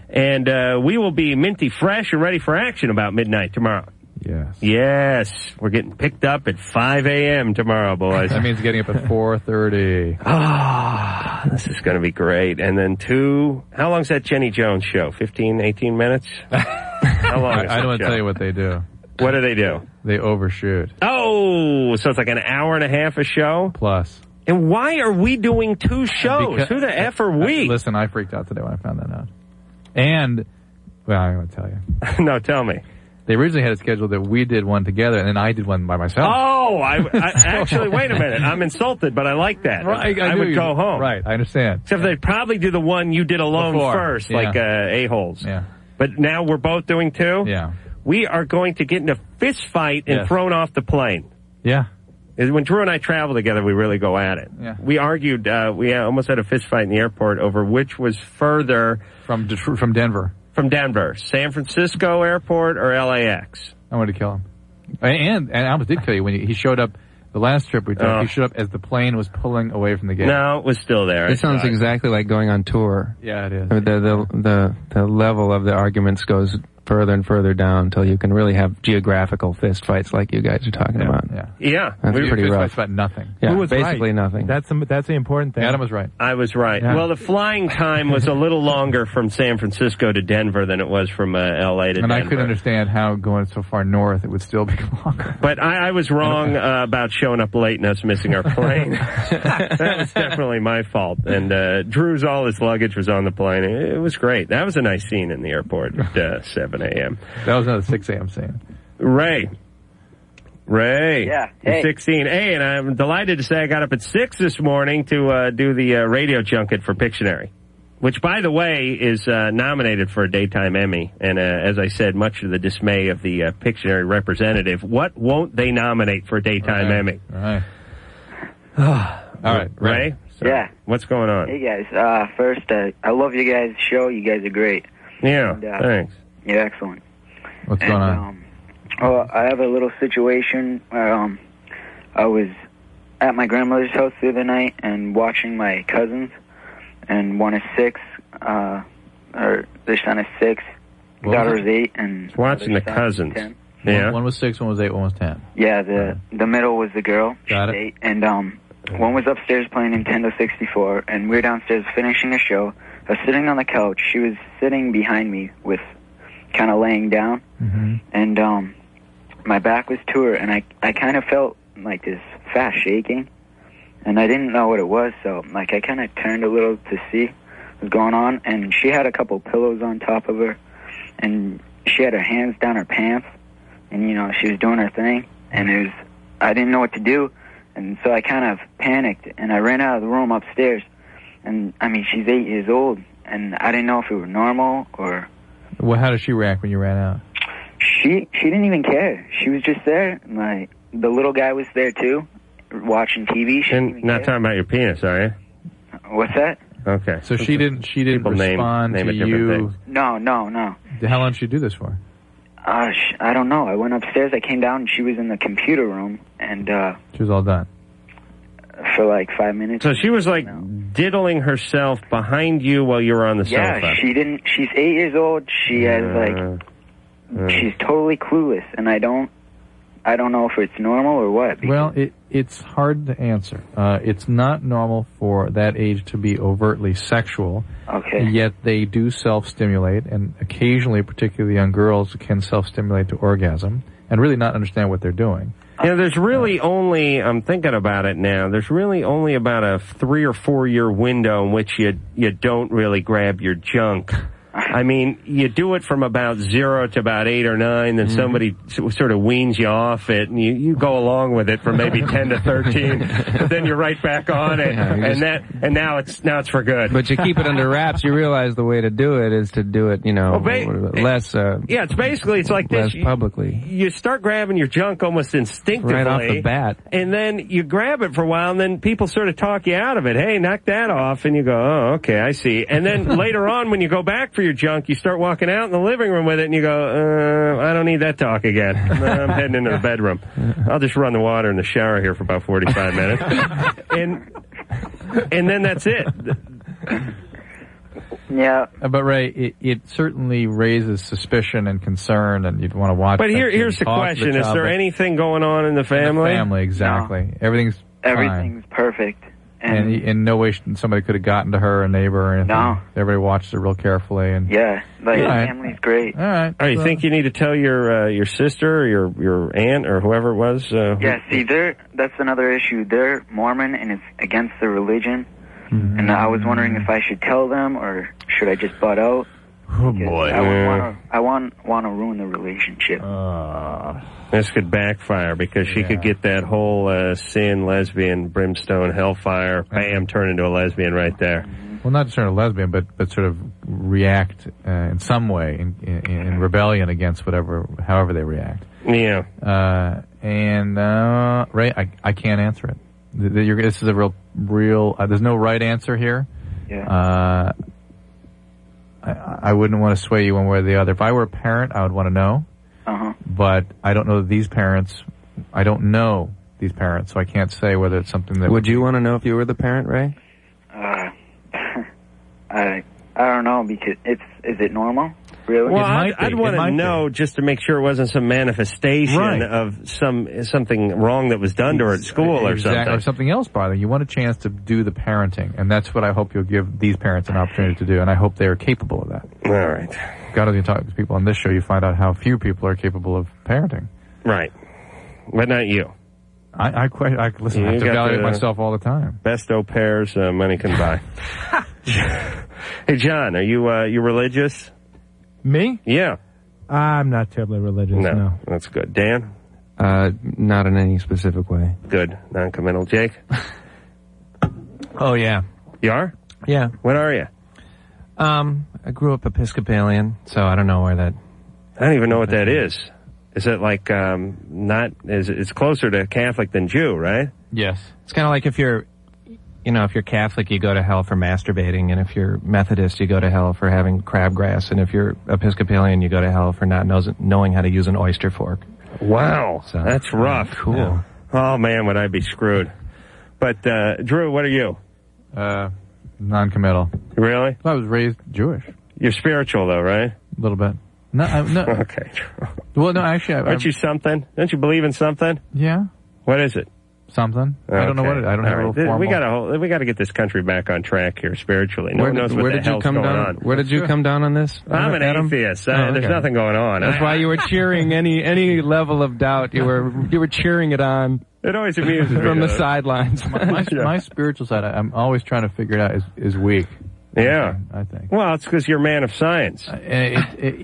and uh, we will be minty fresh and ready for action about midnight tomorrow. Yes. Yes, we're getting picked up at 5 a.m. tomorrow, boys. That means getting up at 4:30. Ah, this is going to be great. And then two, how long's that Jenny Jones show? 15, 18 minutes? How long is I, I don't that want to show? tell you what they do. What do they do? They overshoot. Oh, so it's like an hour and a half a show plus. And why are we doing two shows? Because- Who the f are we? Listen, I freaked out today when I found that out. And Well, I'm going to tell you. no, tell me. They originally had it scheduled that we did one together, and then I did one by myself. Oh, I, I actually wait a minute. I'm insulted, but I like that. Right, I I, knew would you- go home. Right, I understand. Except they'd probably do the one you did alone Before, first, yeah. like uh, a holes. Yeah. But now we're both doing two. Yeah. We are going to get in a fist fight and Yes. thrown off the plane. Yeah. Is When Drew and I travel together, we really go at it. Yeah. We argued. Uh, we almost had a fist fight in the airport over which was further from from Denver, from Denver, San Francisco Airport or LAX. I wanted to kill him. And and Albert did kill you when he- he showed up. The last trip we took, Oh. he showed up as the plane was pulling away from the gate. No, it was still there. It sounds exactly like going on tour. Yeah, it is. I mean, the, the the the level of the arguments goes further and further down until you can really have geographical fist fights like you guys are talking about. Yeah, Yeah, that's we pretty were rough. about nothing. Yeah, Who was basically right? nothing. That's the, that's the important thing. Adam was right. I was right. Yeah. Well, the flying time was a little longer from San Francisco to Denver than it was from uh, L.A. to and Denver. I could understand how going so far north it would still be longer. But I, I was wrong uh, about showing up late and us missing our plane. that was definitely my fault. And uh, Drew's all his luggage was on the plane. It, it was great. That was a nice scene in the airport at uh, 7 a.m. That was another 6 a.m. scene. Ray. Ray. Yeah, You're hey. 16. Hey, and I'm delighted to say I got up at 6 this morning to uh, do the uh, radio junket for Pictionary, which, by the way, is uh, nominated for a Daytime Emmy. And uh, as I said, much to the dismay of the uh, Pictionary representative, what won't they nominate for a Daytime Emmy? All right. All right. Ray? Yeah. What's going on? Hey guys, uh, first, uh, I love you guys' show. You guys are great. Yeah, And, uh, thanks. You're excellent. What's And, going on? Um, well, I have a little situation. Where, um, I was at my grandmother's house the other night and watching my cousins, and one is six, uh, or their son is six, What daughter was is it? eight, and watching the cousins. Ten. One, one was six, one was eight, one was ten. yeah, the the middle was the girl. Got She's it. eight, and um, one was upstairs playing Nintendo 64, and we were downstairs finishing a show. I was sitting on the couch. She was sitting behind me with kind of laying down, Mm-hmm. and um, my back was to her, and I I kind of felt like this fast shaking, and I didn't know what it was, so like I kind of turned a little to see what was going on, and she had a couple pillows on top of her, and she had her hands down her pants, and you know she was doing her thing, and it was I didn't know what to do, and so I kind of panicked, and I ran out of the room upstairs, and I mean she's eight years old, and I didn't know if it were normal or Well, how did she react when you ran out? she she didn't even care. She was just there. and, Like the little guy was there too, watching TV. She didn't And even not care. talking about your penis, are you? What's that? Okay. So she didn't. She didn't People name- respond name it to different you. things. No, no, no. How long did she do this for? Uh, sh- I don't know. I went upstairs. I came down. and She was in the computer room, and uh, She was all done. for like five minutes. So she was like diddling herself behind you while you were on the yeah, sofa. she didn't. She's eight years old. She has like she's totally clueless, and I don't. I don't know if it's normal or what. Well, it, it's hard to answer. Uh, it's not normal for that age to be overtly sexual. Okay. Yet they do self-stimulate, and occasionally, particularly young girls, can self-stimulate to orgasm and really not understand what they're doing. You know, there's really only, I'm thinking about it now, there's really only about a three or four year window in which you, you don't really grab your junk. I mean, you do it from about zero to about eight or Mm-hmm. nine, then somebody s- sort of weans you off it, and you, you go along with it from maybe ten to thirteen, but then you're right back on it, Yeah, you just- and that and now it's now it's for good. But you keep it under wraps. You realize the way to do it is to do it, you know, less. Uh, Yeah, it's basically it's like this. less publicly. you start grabbing your junk almost instinctively Right off the bat. and then you grab it for a while, and then people sort of talk you out of it. Hey, knock that off, and you go, oh, okay, I see. And then later on, when you go back for your junk, you start walking out in the living room with it, and you go, uh, I don't need that talk again. Uh, I'm heading into the bedroom. I'll just run the water in the shower here for about 45 minutes, and and then that's it. Yeah. Uh, But Ray, it, it certainly raises suspicion and concern, and you'd want to watch. But that here, kid here's the talk to question: Is child, there but anything going on in the in the family? Family, exactly. Everything's Everything's perfect. fine. and in no way should- somebody could have gotten to her, a neighbor, or anything. No. Everybody watched it real carefully, and Yeah, like All right. family's great. All right. All right, you think you need to tell your uh, your sister or your your aunt or whoever it was? Uh, who- Yeah, see, they're that's another issue. They're Mormon and it's against their religion. And I was wondering if I should tell them or should I just butt out? Oh boy. I wouldn't wanna, I want want to ruin the relationship. This could backfire because she could get that whole uh, sin, lesbian, brimstone, hellfire, bam, turn into a lesbian right there. Well, not sort of lesbian, but but sort of react uh, in some way in, in, in rebellion against whatever, however they react. Yeah. Uh, and uh, Ray, I, I can't answer it. Th- th- you're- This is a real, real. Uh, there's no right answer here. Yeah. Uh, I, I wouldn't want to sway you one way or the other. If I were a parent, I would want to know. Uh-huh. But I don't know these parents. I don't know these parents, so I can't say whether it's something that Would you want to know if you were the parent, Ray? Uh, I I don't know because it's is it normal? Really? Well, I'd, I'd want to know just to make sure it wasn't some manifestation Right. of some something wrong that was done to her at school or Exact- something. or something else bothering you want a chance to do the parenting and that's what i hope you'll give these parents an opportunity to do and i hope they are capable of that all right god as you talk to people on this show you find out how few people are capable of parenting Right. But not you. i i, que- I listen i You have to got evaluate the- myself all the time Best au pairs uh, money can buy. hey, John, are you uh, you religious? Me? Yeah. I'm not terribly religious. No. That's good. Dan? Uh, not in any specific way. Good. Non-committal. Jake? Oh yeah. You are? Yeah. What are you? Um, I grew up Episcopalian, so I don't know where that. I don't even know what that Mm-hmm. is. Is it like um, not? Is it's closer to Catholic than Jew, right? Yes. It's kind of like if you're, you know, if you're Catholic, you go to hell for masturbating, and if you're Methodist, you go to hell for having crabgrass, and if you're Episcopalian, you go to hell for not knows, knowing how to use an oyster fork. Wow, that's rough. Cool. Oh man, would I be screwed? But uh, Drew, what are you? Uh, non-committal. Really? I was raised Jewish. You're spiritual though, right? A little bit. No, I'm, no. okay. Well, no, actually, I, Aren't you something? Don't you believe in something? Yeah. What is it? Something. I don't know Okay. what it. I don't All have right. a little Th- formal. We got to we got to get this country back on track here spiritually. No where one did, knows what where the did you hell's come going down? on. Where did you come down on this? I'm an Adam? atheist. I- Oh, There's okay. nothing going on. That's I- why you were cheering any any level of doubt. You were you were cheering it on. It always amuses me, from the though. sidelines. my, my spiritual side, I, I'm always trying to figure it out, is, is weak. Yeah. I think. Uh, Well, it's because you're a man of science. It, it-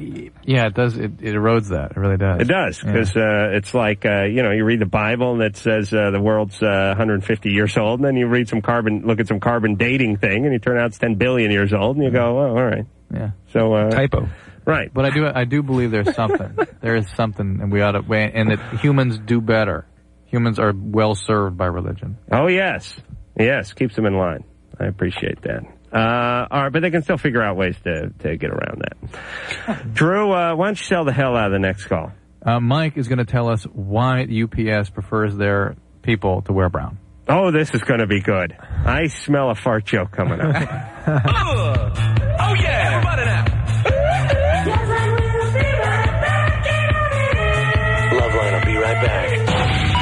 yeah, it does. It, it erodes that. It really does. It does because uh, it's like uh, you know you read the Bible and it says uh, the world's uh, 150 years old, and then you read some carbon, look at some carbon dating thing, and you turn out it's 10 billion years old, and you go, oh, all right, yeah. So uh, typo, right? But I do. I do believe there's something. there is something, and we ought to. And that humans do better. Humans are well served by religion. Oh yes, yes, keeps them in line. I appreciate that. Uh, all right, but they can still figure out ways to to get around that. Drew, uh, why don't you sell the hell out of the next call? Uh, Mike is going to tell us why UPS prefers their people to wear brown. Oh, this is going to be good. I smell a fart joke coming up. Oh yeah! Everybody Loveline will be right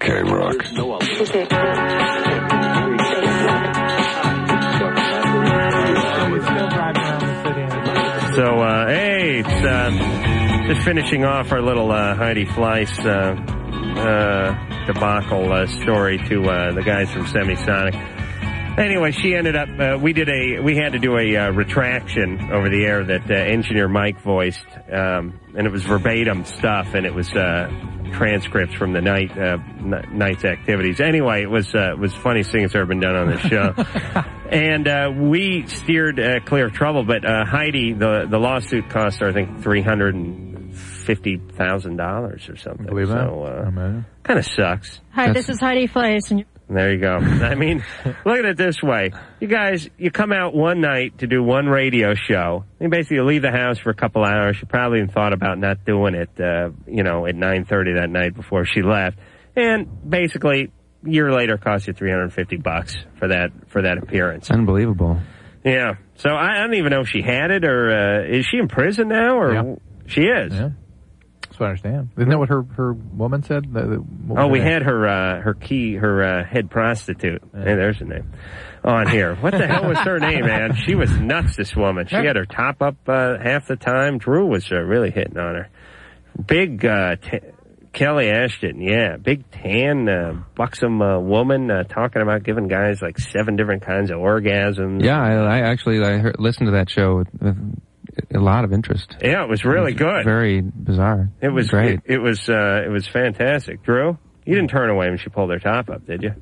K Rock. So, uh, hey, it's, uh, just finishing off our little, uh, Heidi Fleiss, uh, uh, debacle, uh, story to, uh, the guys from Semisonic. Anyway, she ended up, uh, we did a, we had to do a, uh, retraction over the air that, uh, engineer Mike voiced, um, and it was verbatim stuff, and it was, uh, transcripts from the night, uh, n- night's activities. Anyway, it was, uh, it was the funniest thing that's ever been done on this show. and uh, we steered uh, clear of trouble. But uh, Heidi, the the lawsuit cost her, I think, three hundred and fifty thousand dollars or something. Believe that? so, uh, kind of sucks. Hi, this is Heidi Fleiss, and There you go. I mean, look at it this way. You guys, you come out one night to do one radio show. You basically leave the house for a couple hours. She probably even thought about not doing it, uh, you know, at 9.30 that night before she left. And basically, a year later, it cost you 350 bucks for that, for that appearance. Unbelievable. Yeah. So I, I don't even know if she had it or, uh, is she in prison now or she is? That's what I understand. Isn't that what her, her woman said? The- the- what was Oh, her we name? had her uh, her key her uh, head prostitute. Hey, there's the name on here. What the hell was her name, man? She was nuts. This woman. She had her top up uh, half the time. Drew was uh, really hitting on her. Big uh, t- Kelly Ashton, yeah, big tan, uh, buxom uh, woman uh, talking about giving guys like seven different kinds of orgasms. Yeah, I, I actually I heard, listened to that show with, with a lot of interest. Yeah, it was really good. Very bizarre. It was great. It, it was uh, it was fantastic. Drew, you didn't turn away when she pulled her top up, did you?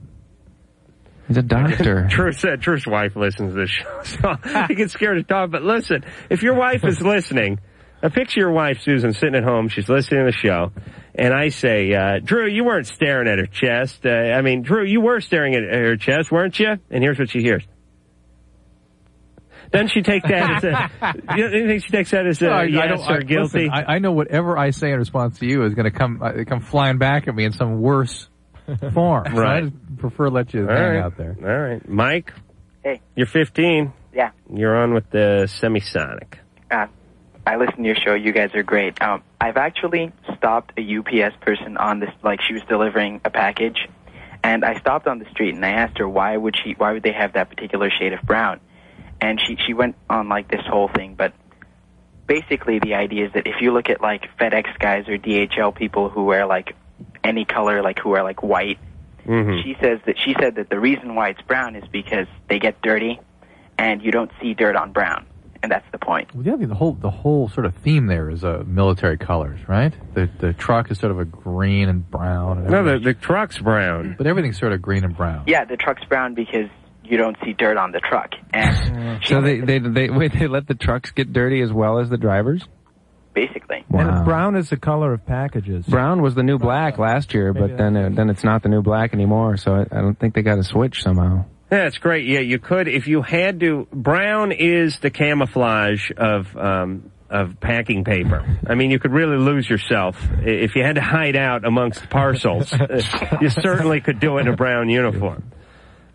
He's a doctor. Drew said Drew's wife listens to this show, so he gets scared to talk. But listen, if your wife is listening, now picture your wife Susan sitting at home. She's listening to the show, and I say, uh, Drew, you weren't staring at her chest. Uh, I mean, Drew, you were staring at her chest, weren't you? And here's what she hears. Then she take that as a. You don't think she takes that as a No, I- I yes don't- or I- guilty? listen, I, I know whatever I say in response to you is going to come uh, come flying back at me in some worse form. So Right. I prefer let you All hang right. out there. All right, Mike. Hey. You're 15. Yeah. You're on with the Semisonic. Uh, I listen to your show. You guys are great. Um, I've actually stopped a UPS person on this. Like she was delivering a package, and I stopped on the street and I asked her why would she why would they have that particular shade of brown, and she she went on like this whole thing. But basically, the idea is that if you look at like FedEx guys or DHL people who wear like any color, like who are like white, Mm-hmm. she says that she said that the reason why it's brown is because they get dirty, and you don't see dirt on brown, and that's the point. Well, the other thing, the whole the whole sort of theme there is uh, military colors, right? The the truck is sort of a green and brown. And No, everything- the truck's brown, but everything's sort of green and brown. Yeah, the truck's brown because you don't see dirt on the truck. And So they they they wait, they let the trucks get dirty as well as the drivers. basically, Wow. And brown is the color of packages. Brown was the new black last year, Maybe but then uh, then it's not the new black anymore. So I, I don't think they got a switch somehow. Yeah, That's great. Yeah, you could if you had to. Brown is the camouflage of um, of packing paper. I mean, you could really lose yourself I- if you had to hide out amongst parcels. uh, you certainly could do it in a brown uniform.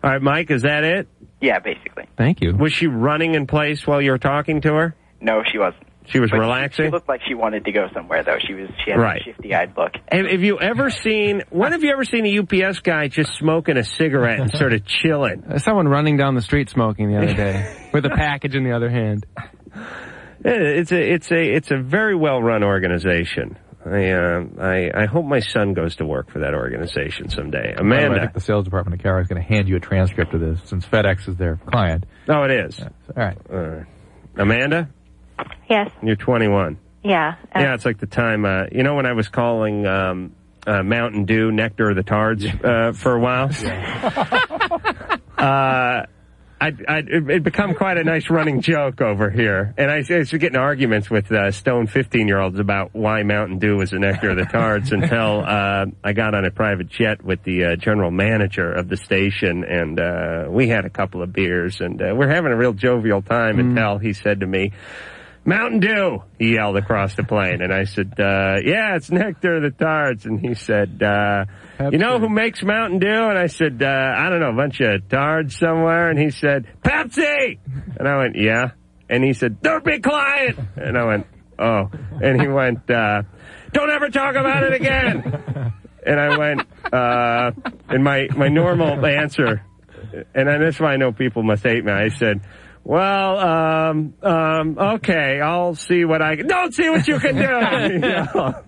All right, Mike, is that it? yeah, basically. Thank you. Was she running in place while you were talking to her? No, she wasn't. She was But relaxing. She looked like she wanted to go somewhere, though. She was she had Right. a shifty-eyed look. Have, have you ever seen? When have you ever seen a UPS guy just smoking a cigarette and sort of chilling? Uh, Someone running down the street smoking the other day with a package in the other hand. It's a it's a it's a very well run organization. I, uh, I I hope my son goes to work for that organization someday. By the way, I Amanda, think the sales department of Cara is going to hand you a transcript of this since FedEx is their client. no, it is. All right. Uh, Amanda, Yes. you're 21. Yeah. Uh, yeah, it's like the time uh, you know when I was calling um, uh, Mountain Dew Nectar of the Tards uh, for a while. uh, I'd, I'd, it'd become quite a nice running joke over here, and I, I was getting arguments with uh, stone fifteen-year-olds about why Mountain Dew was the nectar of the tards until uh, I got on a private jet with the uh, general manager of the station, and uh, we had a couple of beers, and uh, we're having a real jovial time until he said to me. Mountain Dew, he yelled across the plane, and I said, uh, "Yeah, it's nectar of the tards." And he said, uh, "You know who makes Mountain Dew?" And I said, uh, "I don't know, a bunch of tards somewhere." And he said, "Pepsi," and I went, "Yeah," and he said, "Don't be client," and I went, "Oh," and he went, uh, "Don't ever talk about it again." And I went, uh, and my my normal answer and I- that's why I know people must hate me. I said, "Well, um, um, okay, I'll see what I can. Don't see what you can do." You know?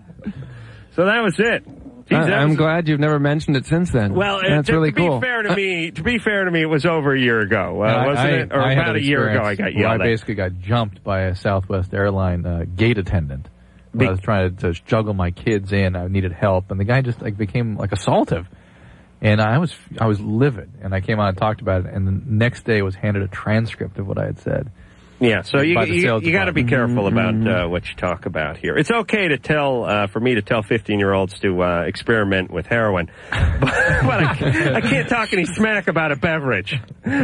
So that was it. Geez, that I, am was- glad you've never mentioned it since then. Well, uh, that's to, really to be cool. fair to me, to be fair to me, it was over a year ago, uh, And I- wasn't I- it? Or I had about an a year ago, I experience got where yelled I at. basically got jumped by a Southwest airline uh, gate attendant. When I was trying to, to juggle my kids in. I needed help, and the guy just like became like assaultive, and I was I was livid. And I came out and talked about it. And the next day was handed a transcript of what I had said. Yeah, so you by the you, sales Mm-hmm. you got to be careful about uh, what you talk about here. It's okay to tell uh, for me to tell fifteen year olds to uh, experiment with heroin, but, but I, can't- I can't talk any smack about a beverage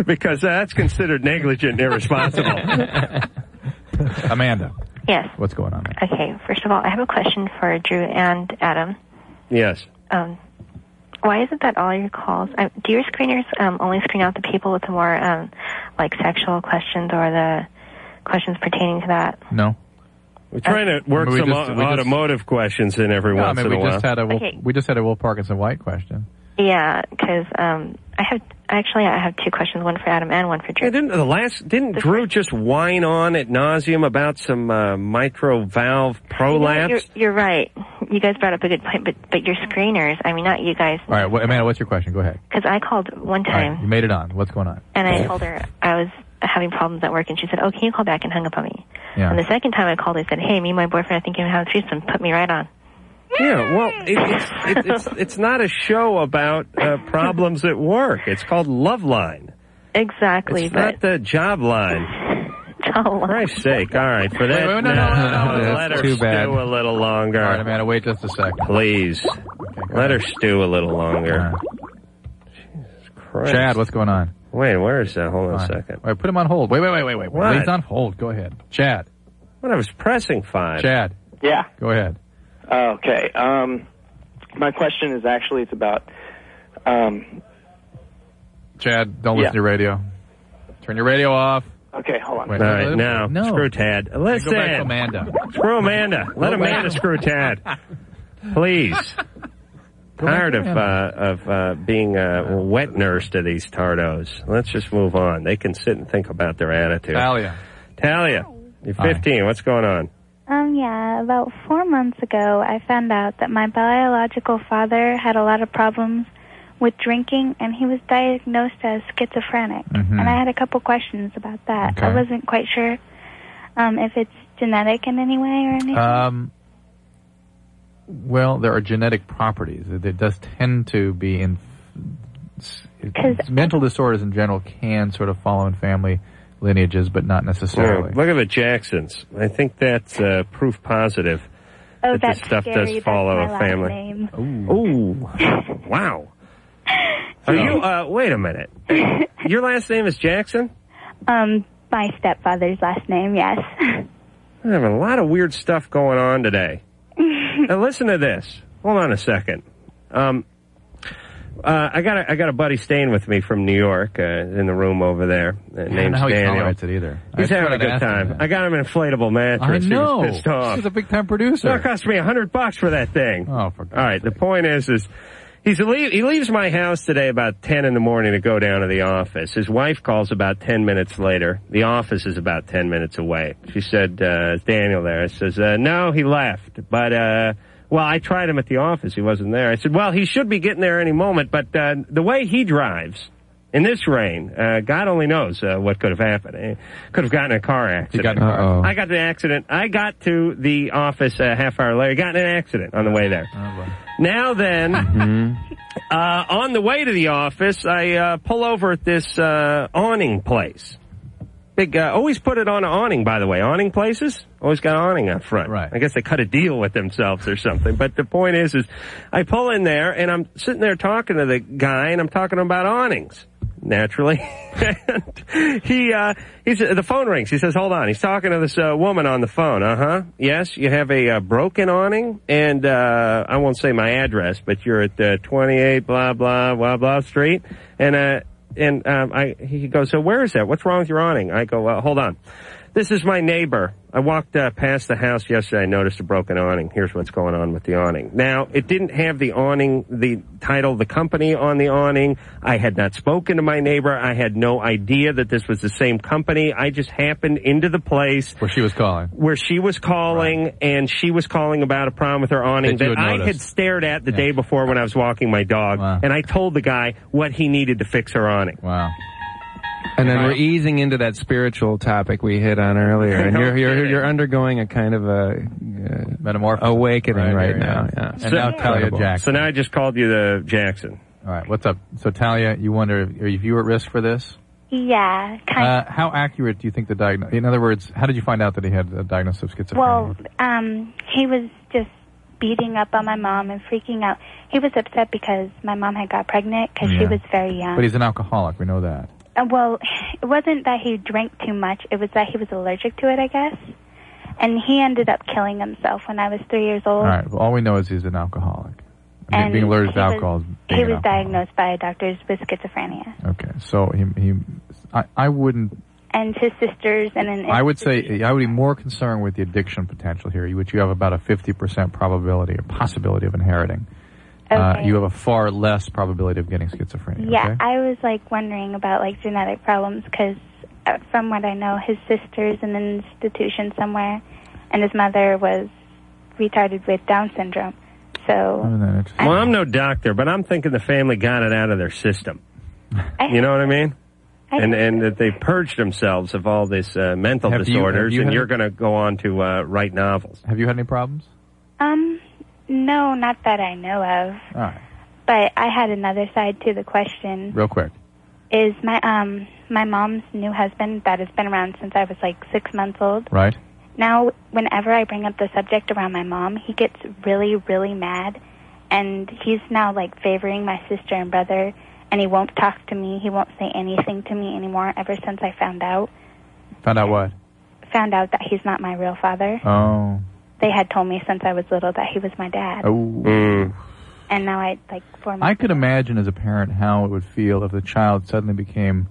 because uh, that's considered negligent and irresponsible. Amanda, Yes. what's going on? Okay. First of all, I have a question for Drew and Adam. Yes. Um, why is it that all your calls? Um, do your screeners um, only screen out the people with the more um, like sexual questions or the questions pertaining to that? No. We're trying to work We some just- au- we just- automotive questions in every No, I once mean, in a we while. just had a Will, Okay. we just had a Will Parkinson White question. Yeah, because um, I have actually I have two questions, one for Adam and one for Drew. Yeah, didn't the last didn't Drew just whine on at nauseum about some uh, mitral valve You know, prolapse? You're, you're right. you guys brought up a good point, but but your screeners. I mean, not you guys, All right, well, Amanda, what's your question? Go ahead. because I called one All right, time you made it on. What's going on? and I told her I was having problems at work, and she said, "Oh, can you call back?" and hung up on me. Yeah. And the second time I called, I said, "Hey, me and my boyfriend, I think you have a threesome. Put me right on." Yeah, well, it, it's, it, it's it's not a show about uh, problems at work. It's called Love Line. Exactly, It's but not the job line. Job Christ's sake! All right, for Oh, Wait, that, wait, no, no, no, no, no. let That's her too bad. stew a little longer. All right, Amanda, wait just a second, please. let her stew a little longer. Jesus Christ, Chad, what's going on? Wait, where is that? Hold on a Fine. second. All right, put him on hold. Wait, wait, wait, wait, wait. What? He's on hold. Go ahead. Chad. When I was pressing five. Chad, Yeah. go ahead. Okay. Um, my question is actually it's about. Um, Chad, don't listen Yeah. to your radio. Turn your radio off. okay, hold on. Wait, All right, no, now no. screw Tad. Listen, Go back to Amanda. Screw Amanda. Let Go back Amanda to- screw Tad. Please. Go back Tired to of uh, Amanda. of uh, being a wet nurse to these tardos. Let's just move on. They can sit and think about their attitude. Talia. Talia, you're 15. What's going on? Um, yeah, about four months ago, I found out that my biological father had a lot of problems with drinking and he was diagnosed as schizophrenic. Mm-hmm. Mhm. And I had a couple questions about that. I Okay. wasn't quite sure um, if it's genetic in any way or anything. Uh, Um, well, there are genetic properties. It it does tend to be in. s- it's- Mental disorders in general can sort of follow in family lineages, but not necessarily. Oh, look at the Jacksons. I think that's uh, proof positive oh, that that's this stuff scary. does follow that's my a last family. Name. Ooh. wow. So you, uh, wait a minute. Your last name is Jackson? Um, my stepfather's last name, yes. I have a lot of weird stuff going on today. now listen to this. Hold on a second. Um, uh, I got a, I got a buddy staying with me from New York uh, in the room over there. Uh, I don't name's know how he Daniel. tolerates it either. He's I having a tried to good ask him time. that. I got him an inflatable mattress. I know. He was pissed off. He's a big time producer. No, it cost me a hundred bucks for that thing. Oh, for All right. The point is, is he's leave, he leaves my house today about ten in the morning to go down to the office. His wife calls about ten minutes later. The office is about ten minutes away. She said, uh, "Is "Daniel, there." I says, uh, "No, he left." But uh, well, I tried him at the office. He wasn't there. I said, "Well, he should be getting there any moment." But uh, the way he drives. In this rain, uh, God only knows uh, what could have happened. Eh, Could have gotten in a car accident. Uh-oh. I got in an accident. I got to the office a half hour later. Got in an accident on the way there. now then, uh, on the way to the office, I uh, pull over at this uh, awning place. Big, uh, always put it on an awning, by the way. Awning places always got awning up front. Right. I guess they cut a deal with themselves or something. But the point is, is I pull in there and I'm sitting there talking to the guy and I'm talking about awnings. Naturally, and he uh, he's the phone rings. He says, "Hold on." He's talking to this uh, woman on the phone. Uh huh. Yes, you have a uh, broken awning, and uh, I won't say my address, but you're at uh, 28 blah blah blah blah street, and uh, and um, I, he goes, so where is that? What's wrong with your awning? I go, well, hold on. This is my neighbor. I walked uh, past the house yesterday. I noticed a broken awning. Here's what's going on with the awning. Now, it didn't have the awning, the title, of the company on the awning. I had not spoken to my neighbor. I had no idea that this was the same company. I just happened into the place where she was calling. Where she was calling, and she was calling about a problem with her awning That you that had I had noticed. stared at the day before when I was walking my dog, and I told the guy what he needed to fix her awning. Wow. And then we're easing into that spiritual topic we hit on earlier, and No you're you're, you're undergoing a kind of a uh, metamorphosis awakening right, here, now. yeah. Yeah. And now Talia Jackson. So now I just called you the Jackson. All right, what's up? So Talia, you wonder if, if you were at risk for this? Yeah, kind Uh, how accurate do you think the diagnosis? In other words, how did you find out that he had a diagnosis of schizophrenia? Well, um, he was just beating up on my mom and freaking out. He was upset because my mom had got pregnant because she Yeah. was very young. but he's an alcoholic. We know that. Uh, well, it wasn't that he drank too much. It was that he was allergic to it, I guess. And he ended up killing himself when I was three years old. All right. Well, all we know is he's an alcoholic. I mean, And being allergic he to was- alcohol. is being He an was diagnosed by doctors with schizophrenia, al- okay. So he, he, I, I wouldn't. and his sisters and an. I would say I would be more concerned with the addiction potential here, which you have about a fifty percent probability or possibility of inheriting. Uh, you have a far less probability of getting schizophrenia. Yeah, okay? I was like wondering about like genetic problems because, uh, from what I know, his sister's in an institution somewhere, and his mother was retarded with Down syndrome. So Well, I'm no doctor, but I'm thinking the family got it out of their system. You know what I mean? and and that they purged themselves of all this uh, mental Have you- have disorders, you and had- you're going to go on to uh, write novels. Have you had any problems? Um, no, not that I know of. All right, But I had another side to the question. real quick. Is my um my mom's new husband that has been around since I was like six months old. Right. Now, whenever I bring up the subject around my mom, he gets really, really mad, and he's now like favoring my sister and brother, and he won't talk to me. He won't say anything to me anymore. Ever since I found out Found out what? found out that he's not my real father. Oh. They had told me since I was little that he was my dad, Oh. and now I like for my I could imagine as a parent how it would feel if the child suddenly became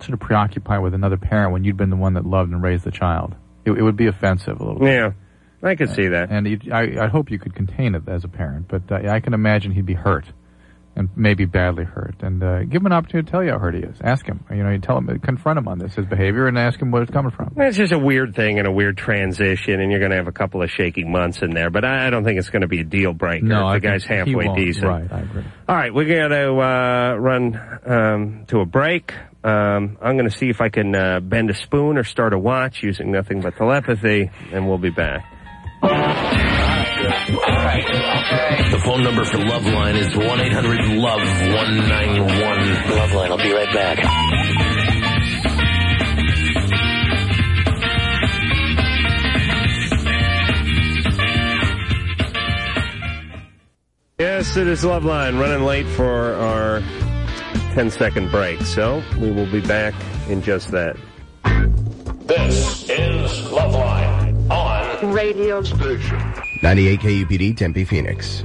sort of preoccupied with another parent when you'd been the one that loved and raised the child. It, it would be offensive a little bit. Yeah, I could see that. And you'd- I, I hope you could contain it as a parent, but uh, I can imagine he'd be hurt and maybe badly hurt. And uh, give him an opportunity to tell you how hurt he is. Ask him. You know, you tell him, confront him on this, his behavior, and ask him where it's coming from. It's just a weird thing and a weird transition, and you're going to have a couple of shaking months in there. But I I don't think it's going to be a deal breaker. No, if I the guy's think he halfway won't. decent. Right, I agree. All right, we're going to uh, run um, to a break. Um, I'm going to see if I can uh, bend a spoon or start a watch using nothing but telepathy, and we'll be back. The phone number for Loveline is 1 800 Love 191. Loveline, I'll be right back. Yes, it is Loveline, running late for our 10 second break, so we will be back in just that. This is Loveline on Radio Station. 98 KUPD Tempe Phoenix.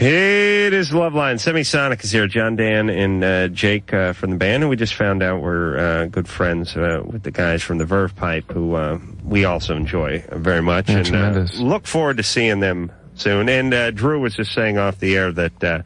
It is Loveline. Semisonic is here. John Dan and uh, Jake uh, from the band, and we just found out we're uh, good friends uh, with the guys from the Verve Pipe, who uh, we also enjoy very much. Yeah, and uh, tremendous. look forward to seeing them soon. And uh, Drew was just saying off the air that uh,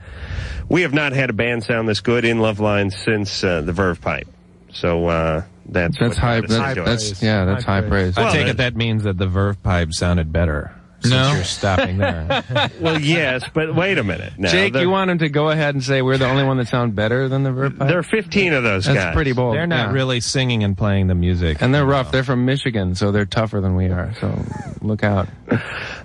we have not had a band sound this good in Loveline since uh, the Verve Pipe. So uh, that's That's what high- this is that's- doing. that's- yeah, that's High high praise. praise. I Well, take that- it that means that the Verve pipe sounded better. Since No. you're stopping there. well, yes, but wait a minute. Now, Jake, the- you want him to go ahead and say we're the only one that sound better than the Verve pipe? There are 15 of those That's guys. pretty bold. They're not yeah. really singing and playing the music. And they're rough. They're from Michigan, so they're tougher than we are. So look out.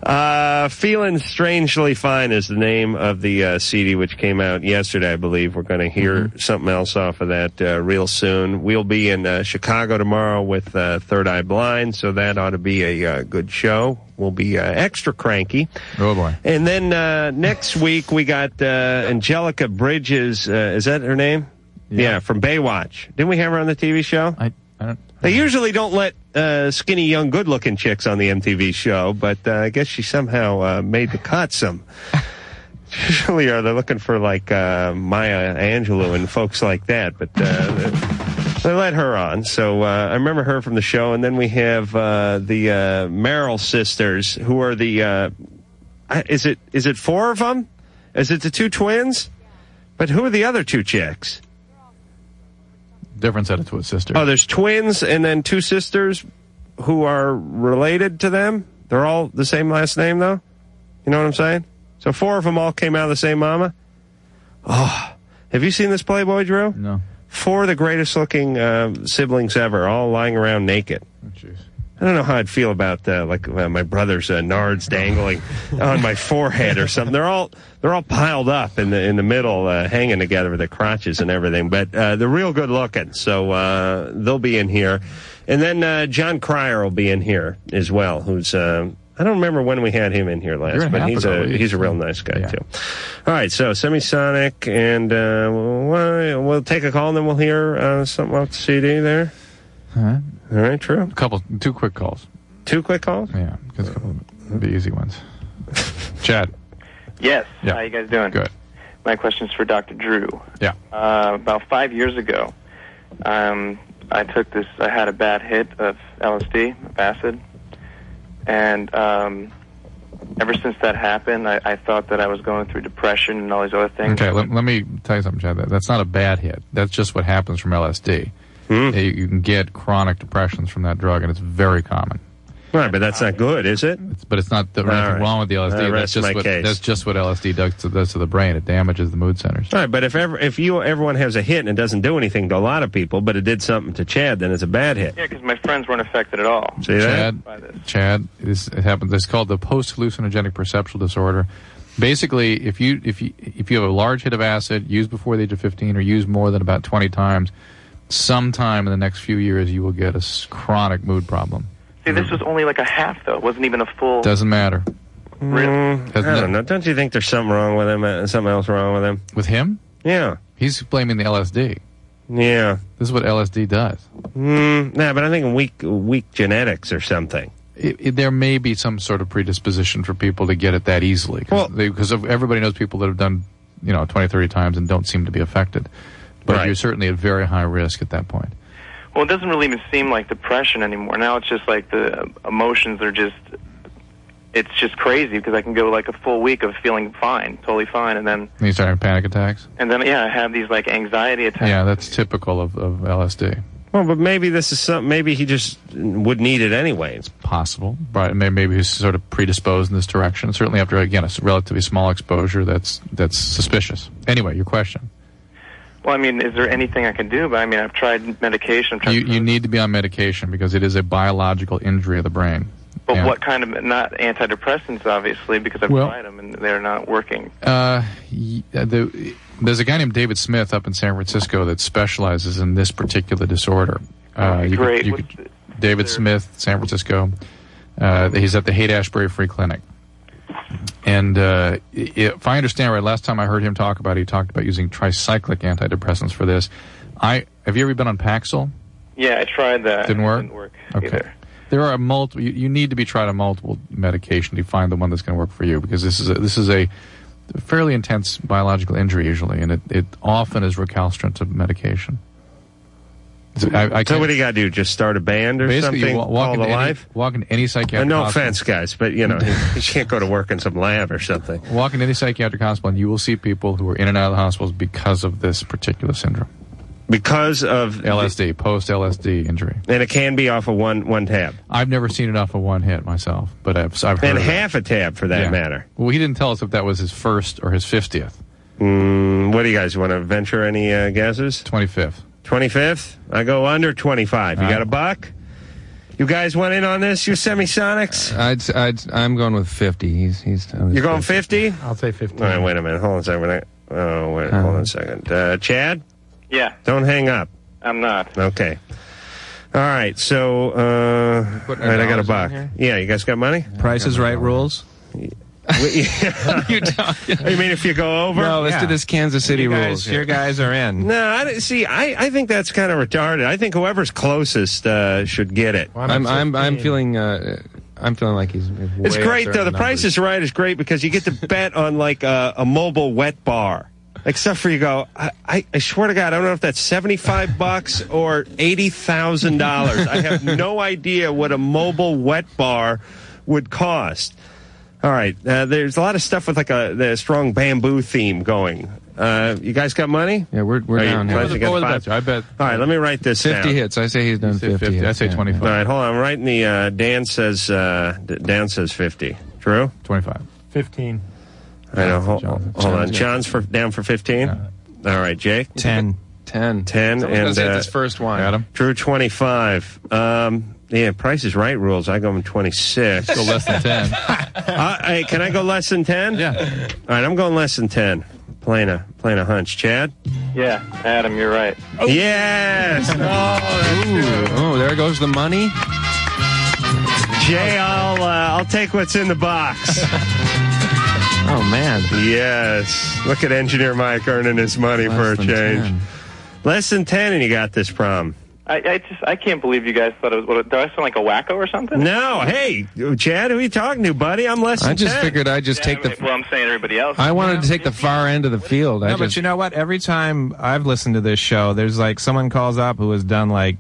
Uh, Feeling Strangely Fine is the name of the uh, CD, which came out yesterday, I believe. We're going to hear Mm-hmm. something else off of that uh, real soon. We'll be in uh, Chicago tomorrow with uh, Third Eye Blind, so that ought to be a uh, good show. We'll be uh, extra cranky. Oh, boy. And then uh, next week, we got uh, Angelica Bridges. Uh, is that her name? Yeah. from Baywatch. Didn't we have her on the TV show? I, I don't. They usually don't let uh, skinny, young, good-looking chicks on the MTV show, but uh, I guess she somehow uh, made the cut. Some usually are they looking for like uh, Maya Angelou and folks like that, but uh, they let her on. So uh, I remember her from the show, and then we have uh, the uh, Merrill sisters, who are the uh, I- is it is it four of them? Is it the two twins? But who are the other two chicks? Different set of twi- sisters. Oh, there's twins and then two sisters who are related to them. They're all the same last name, though. You know what I'm saying? So four of them all came out of the same mama. Oh, have you seen this Playboy, Drew? No. Four of the greatest looking uh, siblings ever, all lying around naked. Oh, I don't know how I'd feel about uh, like uh, my brother's uh, nards dangling on my forehead or something. They're all they're all piled up in the in the middle, uh, hanging together with their crotches and everything. But uh, they're real good looking, so uh, they'll be in here. And then uh, John Cryer will be in here as well. Who's uh, I don't remember when we had him in here last, Year and a but half he's ago, a we- he's a real nice guy too. All right, so Semisonic, and uh, we'll, we'll take a call and then we'll hear uh, something off the CD there. All right. All right, true. A couple, two quick calls. Two quick calls? Yeah, because the easy ones. Chad. Yes. Yeah. How you guys doing? Good. My question's for Dr. Drew. Yeah. Uh, about five years ago, um, I took this. I had a bad hit of LSD, of acid, and um, ever since that happened, I, I thought that I was going through depression and all these other things. Okay, let, let me tell you something, Chad. That, that's not a bad hit. That's just what happens from LSD. Hmm. You- You can get chronic depressions from that drug, and it's very common. Right, but that's not good, is it? It's, but it's not that All there's nothing right. wrong with the LSD. I that's rest just my what case. that's just what LSD does to, does to the brain. It damages the mood centers. All right, but if ever, if you everyone has a hit and it doesn't do anything to a lot of people, but it did something to Chad, then it's a bad hit. Yeah, because my friends weren't affected at all. See that? Chad, Chad, this it happens. It's called the post hallucinogenic perceptual disorder. Basically, if you if you if you have a large hit of acid used before the age of fifteen or used more than about twenty times, sometime in the next few years you will get a s- chronic mood problem. See, this was only like a half though. It wasn't even a full. Doesn't matter. Mm, I don't know. Don't you think there's something wrong with him? uh, Something else wrong with him? With him? Yeah. He's blaming the LSD. Yeah. This is what LSD does. Mm, nah, but I think weak weak genetics or something. It, it, there may be some sort of predisposition for people to get it that easily because everybody knows people that have done you know 20 30 times and don't seem to be affected but you're certainly at very high risk at that point Well, it doesn't really even seem like depression anymore. Now it's just like the emotions are just. It's just crazy because I can go like a full week of feeling fine, totally fine, and then and you start having panic attacks and then yeah, I have these like anxiety attacks. yeah that's typical of, of lsd Well, but maybe this is something. Maybe he just would need it anyway. It's possible right may- maybe he's sort of predisposed in this direction certainly after again a s- relatively small exposure that's that's suspicious anyway your question Well, I mean, is there anything I can do? But I mean, I've tried medication. I've tried, you, you need to be on medication because it is a biological injury of the brain but yeah. what kind of not antidepressants, obviously, because I've Well- tried them and they're not working. Uh, y- uh, the, there's a guy named David Smith up in San Francisco that specializes in this particular disorder. Uh, you could- Great. you What's could- David Smith, San Francisco. Uh, he's at the Haight Ashbury Free Clinic. And uh, i- if I understand right, last time I heard him talk about it, he talked about using tricyclic antidepressants for this. I have you ever been on Paxil? Yeah, I tried that. Didn't work. Uh, Didn't work. Okay. There are multiple. You, you need to be tried on multiple medication to find the one that's going to work for you because this is a, this is a fairly intense biological injury usually, and it, it often is recalcitrant to medication. So, I, I so can't- what do you got to do? Just start a band or Basically, you something? wa- walk Call into the any- life? walk into any psychiatric And Uh, no hospital. offense, guys, but you know, you can't go to work in some lab or something. Walk into any psychiatric hospital, and you will see people who are in and out of the hospitals because of this particular syndrome, because of LSD, post LSD injury. And it can be off of one one tab. I've never seen it off of one hit myself, but I've, I've heard And of it. half a tab for that Yeah. matter. Well, he didn't tell us if that was his first or his fiftieth. Mm, what do you guys want to venture any uh, guesses? 25th. 25th? I go under 25. You Uh, got a buck? You guys want in on this? You semisonics? I'd, I'd, I'm going with 50. He's, he's, You're going 50? I'll say 50. All right, wait a minute. Hold on a second. We're not- Oh, wait, Uh-huh. hold on a second. Uh, Chad? Yeah. Don't hang up. I'm not. Okay. All right, so, uh, all right, I got a buck. Yeah, you guys got money? Price is right rules. you mean if you go over? No, let's do this Kansas City You guys- rules. your guys are in. No, I don't- see. I, I think that's kind of retarded. I think whoever's closest uh, should get it. I'm, I'm, I'm feeling, uh, I'm feeling like he's. It's great though. The Price is Right is great because you get to bet on like a, a mobile wet bar, like stuff where you go. I, I, I swear to God, I don't know if that's seventy-five bucks or eighty thousand dollars. I have no idea what a mobile wet bar would cost. All right, uh, there's a lot of stuff with like a the strong bamboo theme going. Uh, you guys got money? Yeah, we're we're Are you down. guys got five? All right, let me write this down. Fifty hits. I say he's done fifty. hits. Yeah. All right, hold on. I'm writing the uh, Dan says uh, D- Dan says fifty. Drew, twenty-five. Fifteen. I know. Hold, hold on. John's for down for fifteen. All right, Jake. Ten. Ten. Ten. Someone's and gonna say uh, it's his first one. Drew twenty-five. Um, yeah, Price is Right rules. I go in twenty-six. Go less than ten. uh, hey, can I go less than ten? Yeah. All right, I'm going less than ten. Playing a playing a hunch. Chad. Yeah, Adam, you're right. Oh. Yes. Oh, there goes the money. Jay, I'll uh, I'll take what's in the box. oh man. Yes. Look at engineer Mike earning his money for a change. Less than ten, and you got this problem. I, I just I can't believe you guys thought it was. What, do I sound like a wacko or something? No, hey, Chad, who are you talking to, buddy? I'm less than I just 10. figured I'd just take the. Well, I'm saying everybody else. I wanted to take the far end of the field. no, I just but you know what? Every time I've listened to this show, there's like someone calls up who has done like.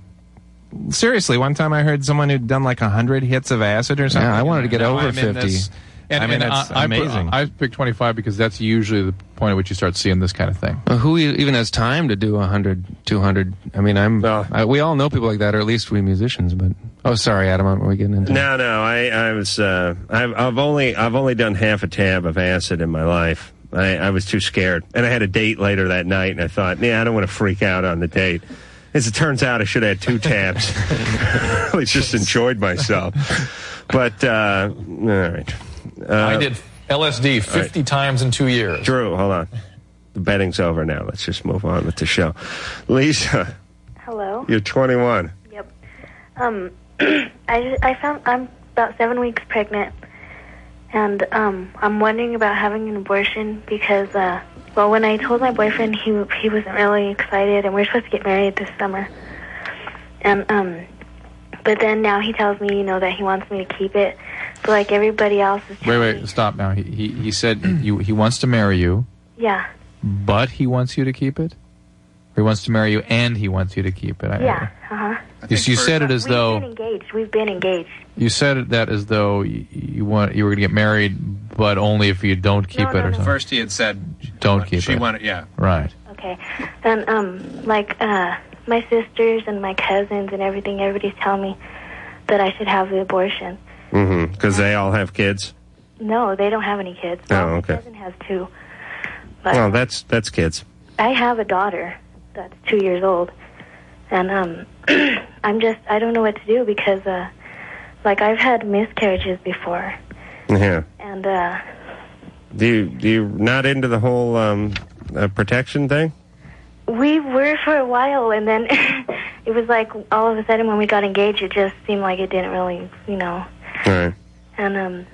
Seriously, one time I heard someone who'd done like hundred hits of acid or something. Yeah, I wanted to get Now over I'm in 50. this- uh, I mean, that's I- I put- amazing. I, picked 25 because that's usually the point at which you start seeing this kind of thing. Uh, Who e- even has time to do 100, 200? I mean, I'm. I, we all know people like that, or at least we musicians. But oh, sorry, Adam, what are we getting into? No, no. I, I was. Uh, I've, I've only. I've only done half a tab of acid in my life. I, I was too scared, and I had a date later that night, and I thought, yeah, I don't want to freak out on the date. As it turns out, I should have had two tabs. I just enjoyed myself. But uh, all right. Uh, I did LSD 50 times in two years. Drew, hold on. The betting's over now. Let's just move on with the show. Lisa, Hello. you're 21. Yep. Um, I I found I'm about seven weeks pregnant, and um, I'm wondering about having an abortion because uh, well, when I told my boyfriend, he he wasn't really excited, and we are supposed to get married this summer, and um, but then now he tells me, you know, that he wants me to keep it, but like everybody else is, Wait, wait, stop now. He, he, he said you, he wants to marry you, yeah, but he wants you to keep it? Or he wants to marry you and he wants you to keep it? I- yeah, uh huh. You, you said it as We've been though engaged. We've been engaged. you said it that as though you, you want you were going to get married, but only if you don't keep it or something. First, he had said Don't keep she it. wanted. Yeah, Right. Okay. And um like uh my sisters and my cousins and everything, everybody's telling me that I should have the abortion. Mm-hmm. Because they all have kids. No, they don't have any kids. Oh, My okay. cousin has two. But Well, that's that's kids. I have a daughter that's two years old. And um I'm just I don't know what to do because uh like I've had miscarriages before Yeah. and uh Do you do you not into the whole um, uh, protection thing? we were for a while and then it was like all of a sudden when we got engaged it just seemed like it didn't really, you know. All right. And um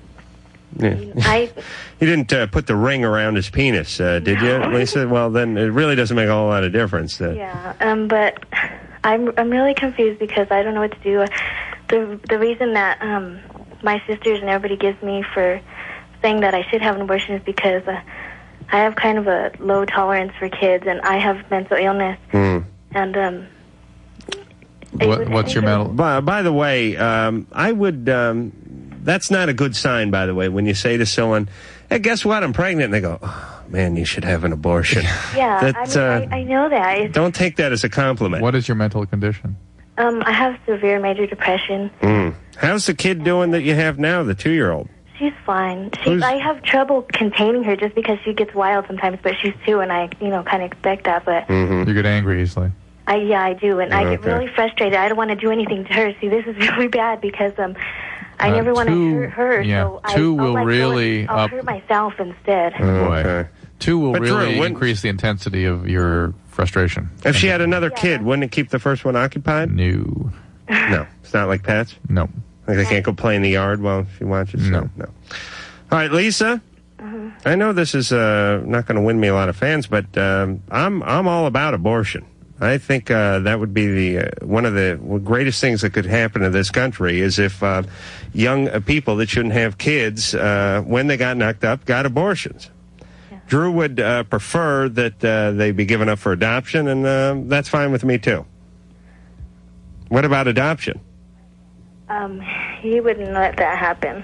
Yeah. I You didn't uh, put the ring around his penis, uh, did you, Lisa? Well, then it really doesn't make a whole lot of difference. Then. Yeah, um, but I'm I'm really confused because I don't know what to do. The the reason that um, my sisters and everybody gives me for saying that I should have an abortion is because uh, I have kind of a low tolerance for kids, and I have mental illness, Hmm. and um, What, what's your mental? By, by the way, um, I would. Um, that's not a good sign, by the way, when you say to someone, "Hey, guess what? I'm pregnant," and they go, oh, "Man, you should have an abortion." yeah, That, I, mean, uh, I, I know that. It's, don't take that as a compliment. What is your mental condition? um, I have severe major depression. Mm. How's the kid doing that you have now, the two-year-old? She's fine. She, I have trouble containing her just because she gets wild sometimes, but she's two, and I, you know, kind of expect that. But You get angry easily. I yeah, I do, and I get Okay. really frustrated. I don't want to do anything to her. See, this is really bad because um, I Uh, never want to two- hurt her. yeah, so I, two I'll will let go really and I'll up- hurt myself instead. Boy. Two will But Drew, really wouldn't- increase the intensity of your frustration. If she had another kid, wouldn't it keep the first one occupied? No. No. It's not like Pat's? No. Like they can't go play in the yard while she watches? No. No. All right, Lisa. I know this is uh, not going to win me a lot of fans, but um, I'm I'm all about abortion. I think uh, that would be the uh, one of the greatest things that could happen to this country is if uh, young uh, people that shouldn't have kids uh, when they got knocked up got abortions. Drew would uh, prefer that uh, they be given up for adoption, and uh, that's fine with me too. What about adoption? Um, he wouldn't let that happen.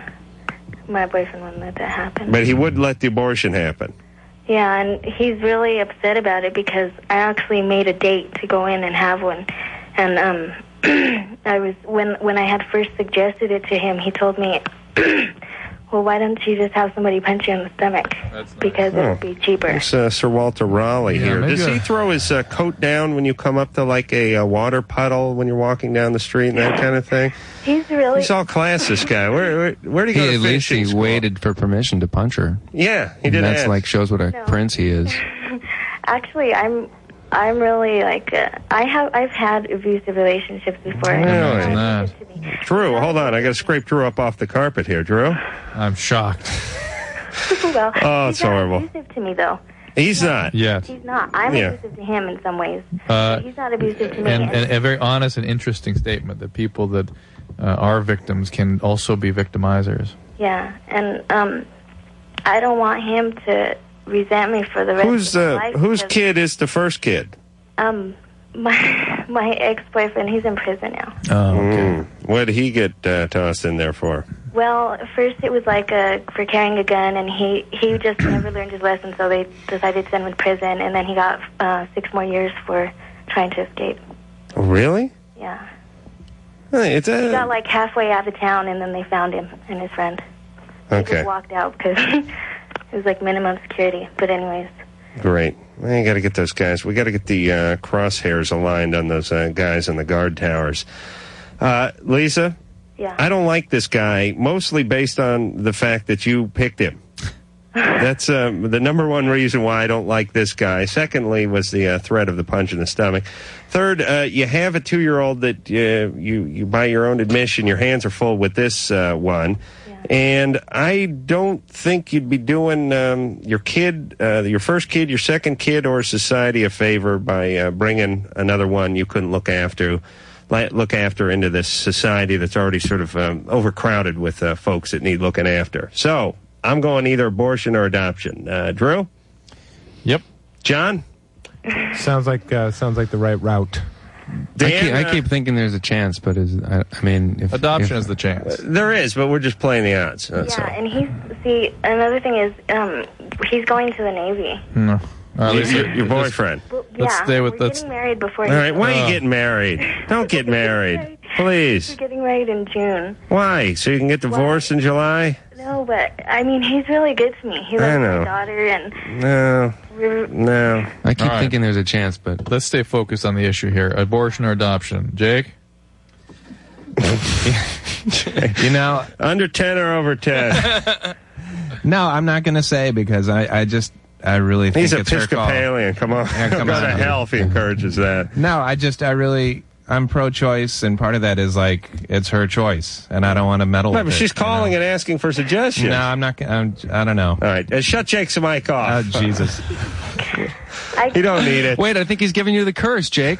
My boyfriend wouldn't let that happen. But he would let the abortion happen. Yeah, and he's really upset about it because I actually made a date to go in and have one, and um, I was when when I had first suggested it to him, he told me, "Well, why don't you just have somebody punch you in the stomach because Oh. it would be cheaper." It's uh, Sir Walter Raleigh here. maybe Does I- he throw his uh, coat down when you come up to like a, uh water puddle when you're walking down the street and that kind of thing? He's really He's all class, this guy. Where, where, where did he go He- to at least he fishing school? waited for permission to punch her. Yeah, he did That's ask. like shows what a prince he is. Actually, I'm I'm really like uh, I have I've had abusive relationships before. Really? Drew, hold on. I got to scrape Drew up off the carpet here. Drew? I'm shocked. well, Oh, he's it's not horrible. abusive to me though. He's not. Yet. He's not. I'm Yeah. abusive to him in some ways. Uh, He's not abusive to me. and, and a very honest and interesting statement that people that uh, are victims can also be victimizers. Yeah, and um, I don't want him to resent me for the rest Who's of my the life. whose because, kid is the first kid? Um, my my ex boyfriend. He's in prison now. Oh, Mm. What did he get uh, tossed in there for? Well, at first it was like a, for carrying a gun, and he he just never learned his lesson, so they decided to send him to prison, and then he got uh, six more years for trying to escape. Really? Yeah, Hey, It's he got a, like halfway out of town, and then they found him and his friend. He okay. just walked out because it was like minimum security. But anyways, Great. We got to get those guys. We got to get the uh, crosshairs aligned on those uh, guys in the guard towers. Uh, Lisa, yeah. I don't like this guy mostly based on the fact that you picked him. That's um, the number one reason why I don't like this guy. Secondly, was the uh, threat of the punch in the stomach. Third, uh, you have a two-year-old that uh, you you by your own admission, your hands are full with this uh, one, and I don't think you'd be doing um, your kid, uh, your first kid, your second kid, or society a favor by uh, bringing another one you couldn't look after. li- Look after into this society that's already sort of um, overcrowded with uh, folks that need looking after. So I'm going either abortion or adoption. Uh, Drew? Yep. John? Sounds like uh, sounds like the right route. I, keep, uh, I keep thinking there's a chance, but is I, I mean, if, Adoption if- is the chance. There is, but we're just playing Uh, the odds. That's yeah, and he's see another thing is um he's going to the navy. No. all. Lisa, your, your let's- boyfriend. Let's yeah, stay with- Oh. we're let's- getting married before. All he- right, Oh. why are you getting married? Don't get married. Please. We're getting married in June. Why? So you can get divorced in July? No, but I mean he's really good to me. He I loves know. my daughter, and No. we're No. I keep thinking there's a chance, but let's stay focused on the issue here: abortion or adoption. Jake, you know, uh, under 10 or over 10. No, I'm not going to say because I, I just I really think He's it's her call. Episcopalian. Come on. Yeah, come Go on. to hell if he encourages that. No, I just I really I'm pro-choice, and part of that is like it's her choice, and I don't want to meddle. No, with but it, she's you know? calling and asking for suggestions. No, I'm not. I'm, I don't know. All right, uh, shut Jake's mic off. Oh, Jesus. You don't need it. Wait, I think he's giving you the curse, Jake.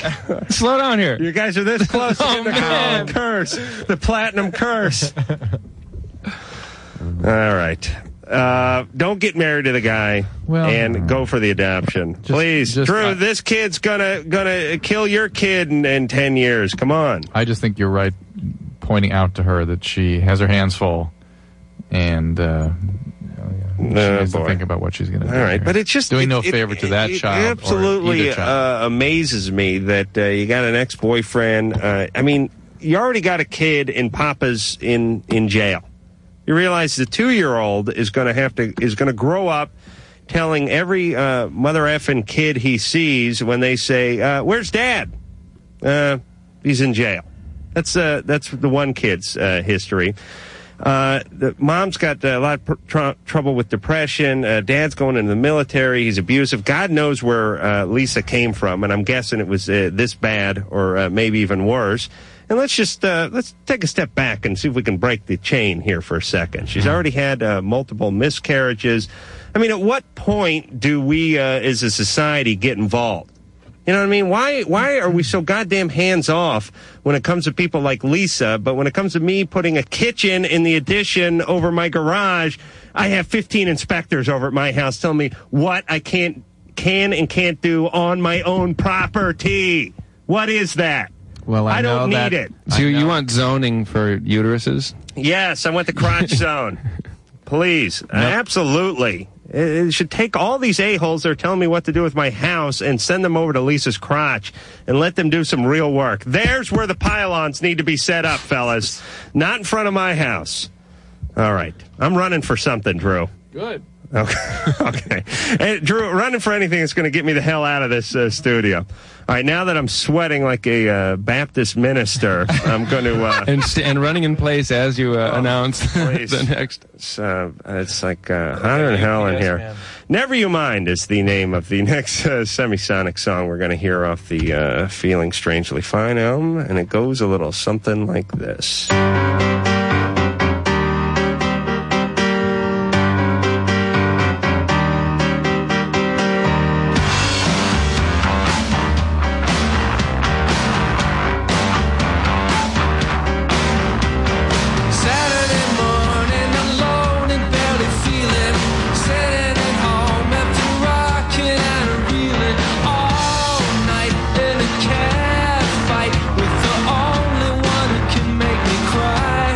Slow down here. Oh, You guys are this close to getting the man. golden curse, the platinum curse. All right. Uh, don't get married to the guy and go for the adoption, please. Drew, this kid's gonna gonna kill your kid in, in ten years. Come on. I just think you're right, pointing out to her that she has her hands full, and uh, she needs to think about what she's going to do. Oh, All right, but it's just doing it- no it- favor to that it child. or Absolutely either child. Uh, amazes me that uh, you got an ex-boyfriend. Uh, I mean, you already got a kid, and Papa's in in jail. You realize the two-year-old is going to have to is going to grow up telling every uh, mother effing kid he sees when they say, uh, "Where's Dad?" Uh, he's in jail. That's uh, that's the one kid's uh, history. Uh, the mom's got uh, a lot of pr- tr- trouble with depression. Uh, dad's going into the military. He's abusive. God knows where uh, Lisa came from, and I'm guessing it was uh, this bad, or uh, maybe even worse. And let's just uh, let's take a step back and see if we can break the chain here for a second. She's already had uh, multiple miscarriages. I mean, at what point do we, uh, as a society, get involved? You know what I mean? Why why are we so goddamn hands off when it comes to people like Lisa, but when it comes to me putting a kitchen in the addition over my garage, I have 15 inspectors over at my house telling me what I can't can and can't do on my own property. What is that? Well, I don't need it. So you want zoning for uteruses? Yes, I want the crotch zone. Please. Absolutely. It it should take all these a-holes that are telling me what to do with my house and send them over to Lisa's crotch and let them do some real work. There's where the pylons need to be set up, fellas. Not in front of my house. All right. I'm running for something, Drew. Good. Okay. okay. Hey, Drew, running for anything that's going to get me the hell out of this uh, studio. All right, now that I'm sweating like a uh, Baptist minister, I'm going to. Uh, and, st- and running in place as you Oh, uh, announced the next. It's, uh, it's like uh, hotter than hell in here. Never You Mind is the name of the next uh, semisonic song we're going to hear off the uh, Feeling Strangely Fine album, and it goes a little something like this. Saturday morning, alone and barely feeling. Sitting at home after rocking and reeling all night in a cat fight with the only one who can make me cry.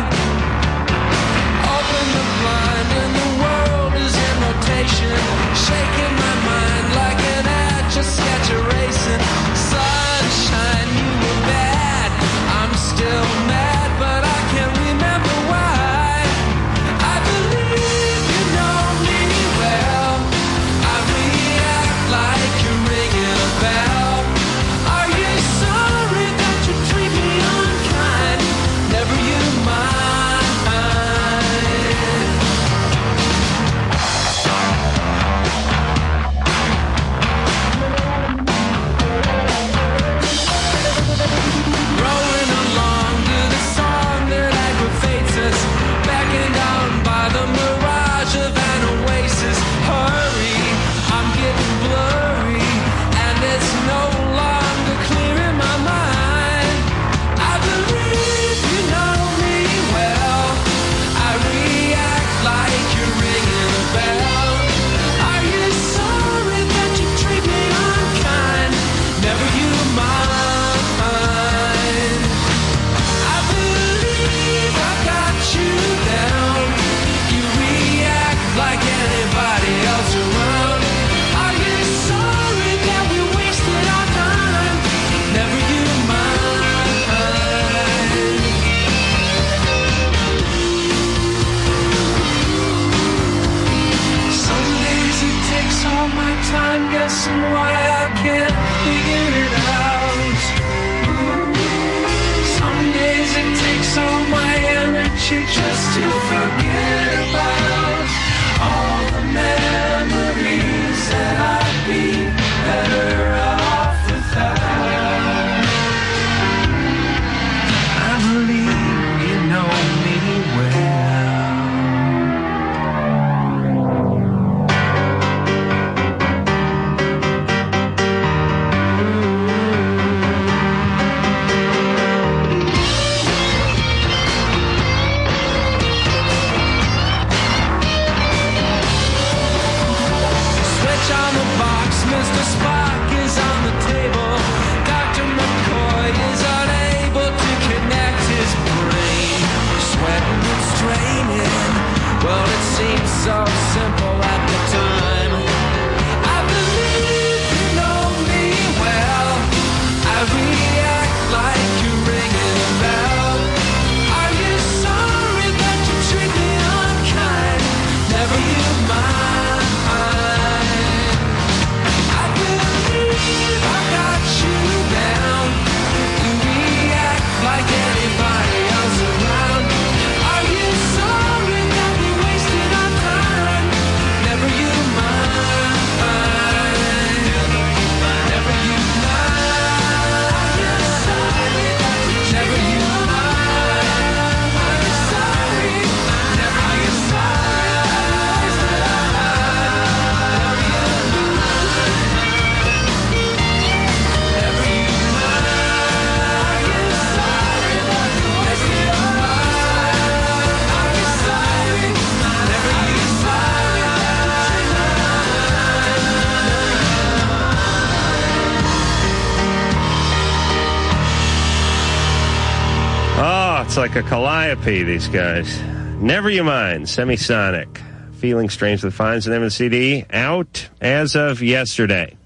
Ah, it's like a calliope, these guys. Never you mind, semisonic. Feeling strange with fines and MCD E out as of yesterday.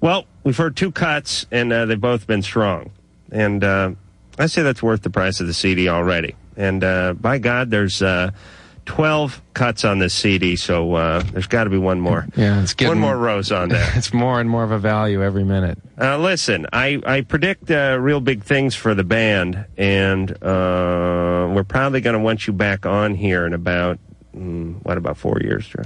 Well, we've heard two cuts, and uh, they've both been strong. And uh, I say that's worth the price of the CD already. And uh, by God, there's uh, 12 cuts on this CD, so uh, there's got to be one more. Yeah, it's one getting- more rose on there. It's more and more of a value every minute. Uh, listen, I, I predict uh, real big things for the band, and uh, we're probably going to want you back on here in about, mm, what, about four years, Drew?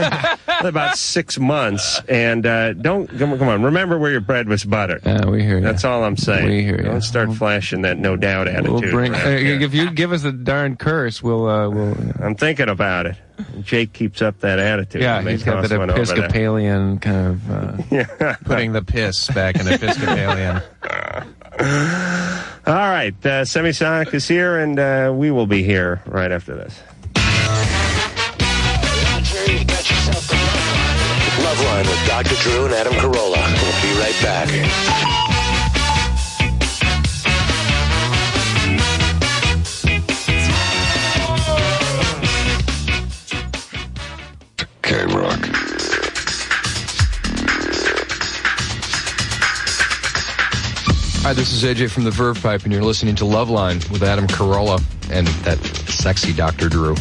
No. about six months. And uh, don't, come on, come on, remember where your bread was buttered. we hear That's all I'm saying. We hear Don't start flashing that no doubt attitude. We'll bring, around uh, here. if you give us a darn curse, we'll uh, we'll. I'm thinking about it. Jake keeps up that attitude. Yeah, They he's got toss that one over there. Episcopalian kind of uh, putting the piss back in Episcopalian. All right, uh, Semisonic is here, and uh, we will be here right after this. Loveline with Dr. Drew and Adam Carolla. We'll be right back. K Rock. Hi, this is AJ from the Verve Pipe, and you're listening to Loveline with Adam Carolla and that sexy Dr. Drew.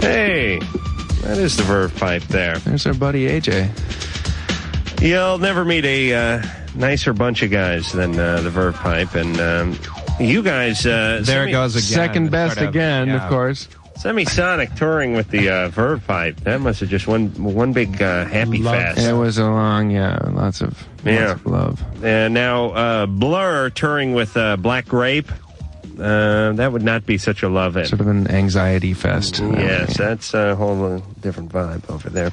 Hey, that is the Verve Pipe there. There's our buddy AJ. You'll never meet a uh, nicer bunch of guys than uh, the Verve Pipe, and um, you guys. Uh, There it goes again. Second best Sort of, again, of yeah. course. Semisonic touring with the uh, Verve Pipe. That must have just one one big uh, happy fest. It was a long, yeah, lots of Yeah. lots of love. And now uh, Blur touring with uh, Black Grape. Uh, that would not be such a love in. Sort of an anxiety fest. Yes, that's a whole uh, different vibe over there.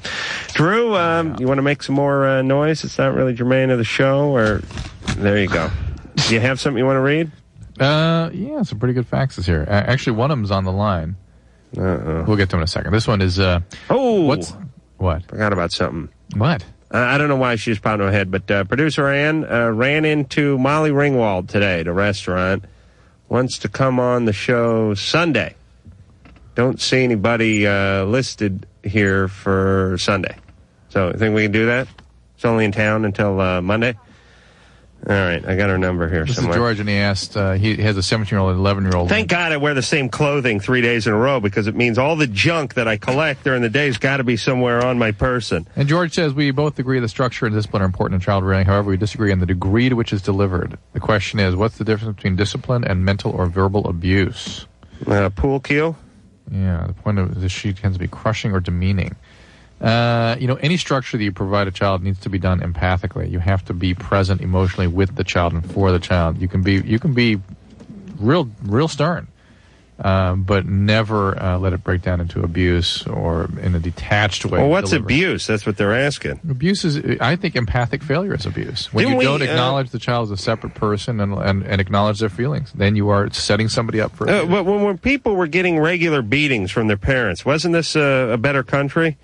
Drew, um, you want to make some more uh, noise? It's not really germane to the show, or there you go. Do you have something you want to read? Uh, yeah, some pretty good faxes here. A- actually, one of them's on the line. Uh-oh. We'll get to it in a second. This one is, uh, oh, what's, what? Forgot about something. What? Uh, I don't know why she just pounded her head, but uh, producer Ann uh, ran into Molly Ringwald today at a restaurant. Wants to come on the show Sunday. Don't see anybody uh, listed here for Sunday. So, think we can do that? It's only in town until uh, Monday. All right, I got her number here This is somewhere. George, and he asked, uh, he has a 17 year old and 11 year old. Thank God I wear the same clothing three days in a row because it means all the junk that I collect during the day's got to be somewhere on my person. And George says, we both agree the structure and discipline are important in child rearing. However, we disagree on the degree to which it's delivered. The question is, what's the difference between discipline and mental or verbal abuse? Uh, pool cue? Yeah, the point of the she tends to be crushing or demeaning. Uh, you know, any structure that you provide a child needs to be done empathically. You have to be present emotionally with the child and for the child. You can be, you can be real, real stern, um, but never uh, let it break down into abuse or in a detached way. Well, what's Deliver- abuse? That's what they're asking. Abuse is, I think, empathic failure is abuse. When Didn't you we, don't uh, acknowledge the child as a separate person and, and, and acknowledge their feelings, then you are setting somebody up for Uh, but when, when people were getting regular beatings from their parents, wasn't this a, a better country?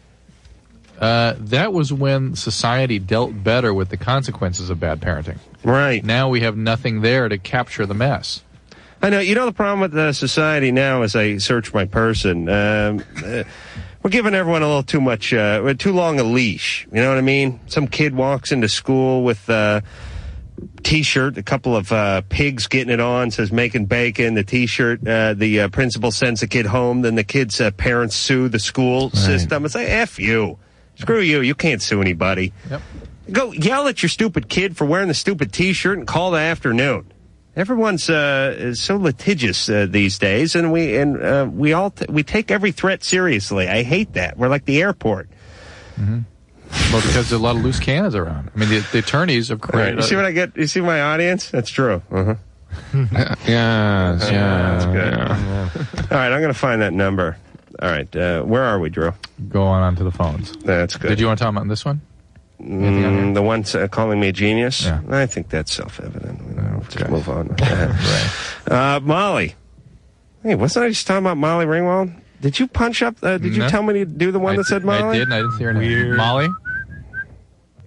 Uh, that was when society dealt better with the consequences of bad parenting. Right. Now we have nothing there to capture the mess. I know. You know the problem with uh, society now is I search my person. Um, uh, we're giving everyone a little too much, uh, we're too long a leash. You know what I mean? Some kid walks into school with uh, t-shirt, a couple of uh, pigs getting it on, says making bacon. The t-shirt, uh, the uh, principal sends the kid home. Then the kid's uh, parents sue the school system. It's like f you, screw you. You can't sue anybody. Yep. Go yell at your stupid kid for wearing the stupid t-shirt and call the afternoon. Everyone's uh, is so litigious uh, these days, and we and uh, we all t- we take every threat seriously. I hate that. We're like the airport. Well, because there's a lot of loose cannons around. I mean, the, the attorneys have All right, created. you see what I get? You see my audience? That's true. Uh-huh. yeah, that's good. All right, I'm going to find that number. All right, uh, where are we, Drew? Go on onto the phones. That's good. Did you want to talk about this one? Anything on Mm, the one uh, calling me a genius? I think that's self-evident. You know, Just move on. with that. uh, Molly. Hey, wasn't I just talking about Molly Ringwald? Did you punch up? Uh, did you No. tell me to do the one I that said did- I Molly? did, and I didn't see her name. Weird. Molly?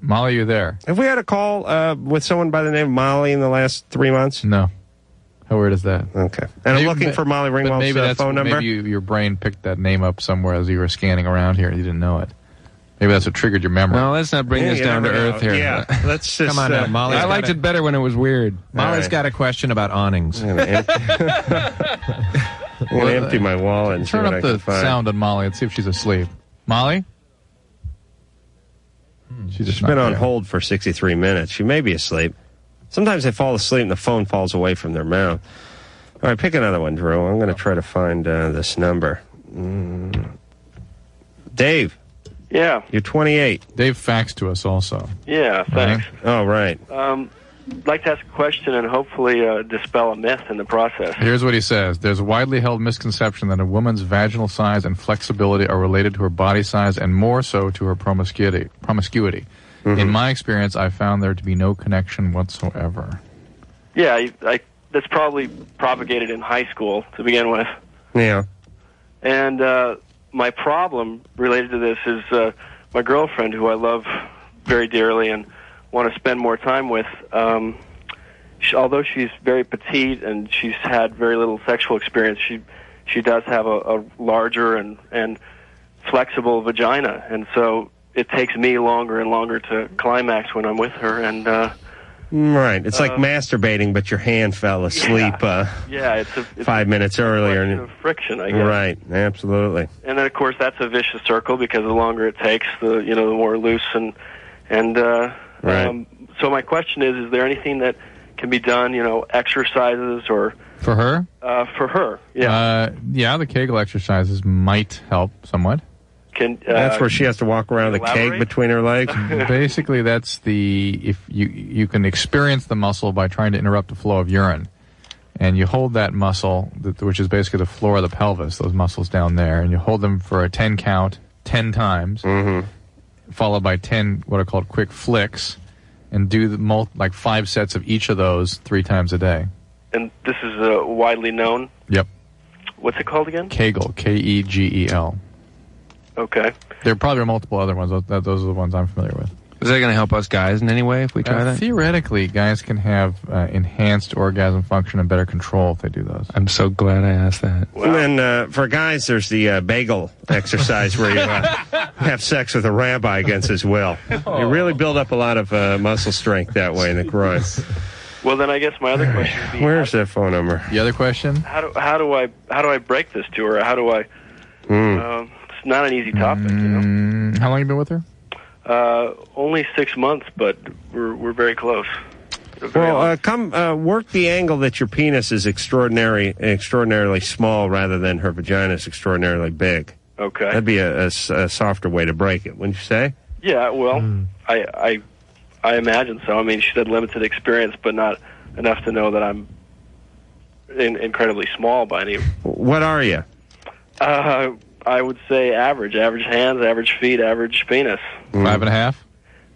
Molly, you there? Have we had a call uh, with someone by the name of Molly in the last three months? No. How weird is that? Okay. And I'm looking for Molly Ringwald's, maybe uh, that's, phone number. Maybe you, your brain picked that name up somewhere as you were scanning around here and you didn't know it. Maybe that's what triggered your memory. No, let's not bring Yeah, this you down to never know. earth here. Yeah, let's just, Come on, now, uh, Molly. yeah. I liked it better when it was weird. Molly's Molly's got a question about awnings. I'm gonna empty my wallet and see Turn what up I the can find. sound on Molly and see if she's asleep. Molly? She's She's been on hold for 63 minutes. She may be asleep. Sometimes they fall asleep and the phone falls away from their mouth. All right, pick another one, Drew. I'm going to try to find uh, this number. Mm. Dave. Yeah. You're 28. Dave faxed to us also. Yeah, thanks. Oh, right. Um, I'd like to ask a question and hopefully uh, dispel a myth in the process. Here's what he says. There's a widely held misconception that a woman's vaginal size and flexibility are related to her body size and more so to her promiscuity. promiscuity. Mm-hmm. In my experience, I found there to be no connection whatsoever. Yeah, I, I, that's probably propagated in high school to begin with. Yeah. And uh, my problem related to this is uh, my girlfriend, who I love very dearly and want to spend more time with. Um, she, although she's very petite and she's had very little sexual experience, she she does have a, a larger and and flexible vagina, and so it takes me longer and longer to climax when I'm with her. And uh, Mm, Right. It's like Uh, masturbating, but your hand fell asleep uh, yeah, it's a it's five minutes earlier. a friction, I guess. Right. Absolutely. and then of course that's a vicious circle because the longer it takes, the you know the more loose and and uh, Right. um, so my question is: Is there anything that can be done? You know, exercises or For her? uh, for her? Yeah. Uh, yeah, the Kegel exercises might help somewhat. Can uh, That's where she has to walk around with a keg elaborate? between her legs. Basically, that's the if you you can experience the muscle by trying to interrupt the flow of urine, and you hold that muscle, th- which is basically the floor of the pelvis, those muscles down there, and you hold them for a ten count, ten times, Mm-hmm. followed by ten what are called quick flicks, and do the mul- like five sets of each of those three times a day. and this is uh, widely known. Yep, What's it called again? Kegel, K E G E L. Okay. There probably are multiple other ones. Those- Those are the ones I'm familiar with. Is that going to help us guys in any way if we try Uh, that? Theoretically, guys can have uh, enhanced orgasm function and better control if they do those. I'm so glad I asked that. And then uh, for guys, there's the uh, bagel exercise where you uh, have sex with a rabbi against his will. You really build up a lot of uh, muscle strength that way in the groin. Well, then I guess my other question would be: Where's that phone number? The other question? How do how do I how do I break this to her? How do I? Hmm. Um, it's not an easy topic. Mm, how long you been with her? Uh, only six months, but we're we're very close. Well, uh, come uh, work the angle that your penis is extraordinary, extraordinarily small, rather than her vagina is extraordinarily big. Okay. That'd be a, a s- a softer way to break it, wouldn't you say? Yeah, well, I, I I imagine so. I mean, she had limited experience, but not enough to know that I'm in, incredibly small by any. What are you? Uh, I would say average, average hands, average feet, average penis. Mm. Five and a half?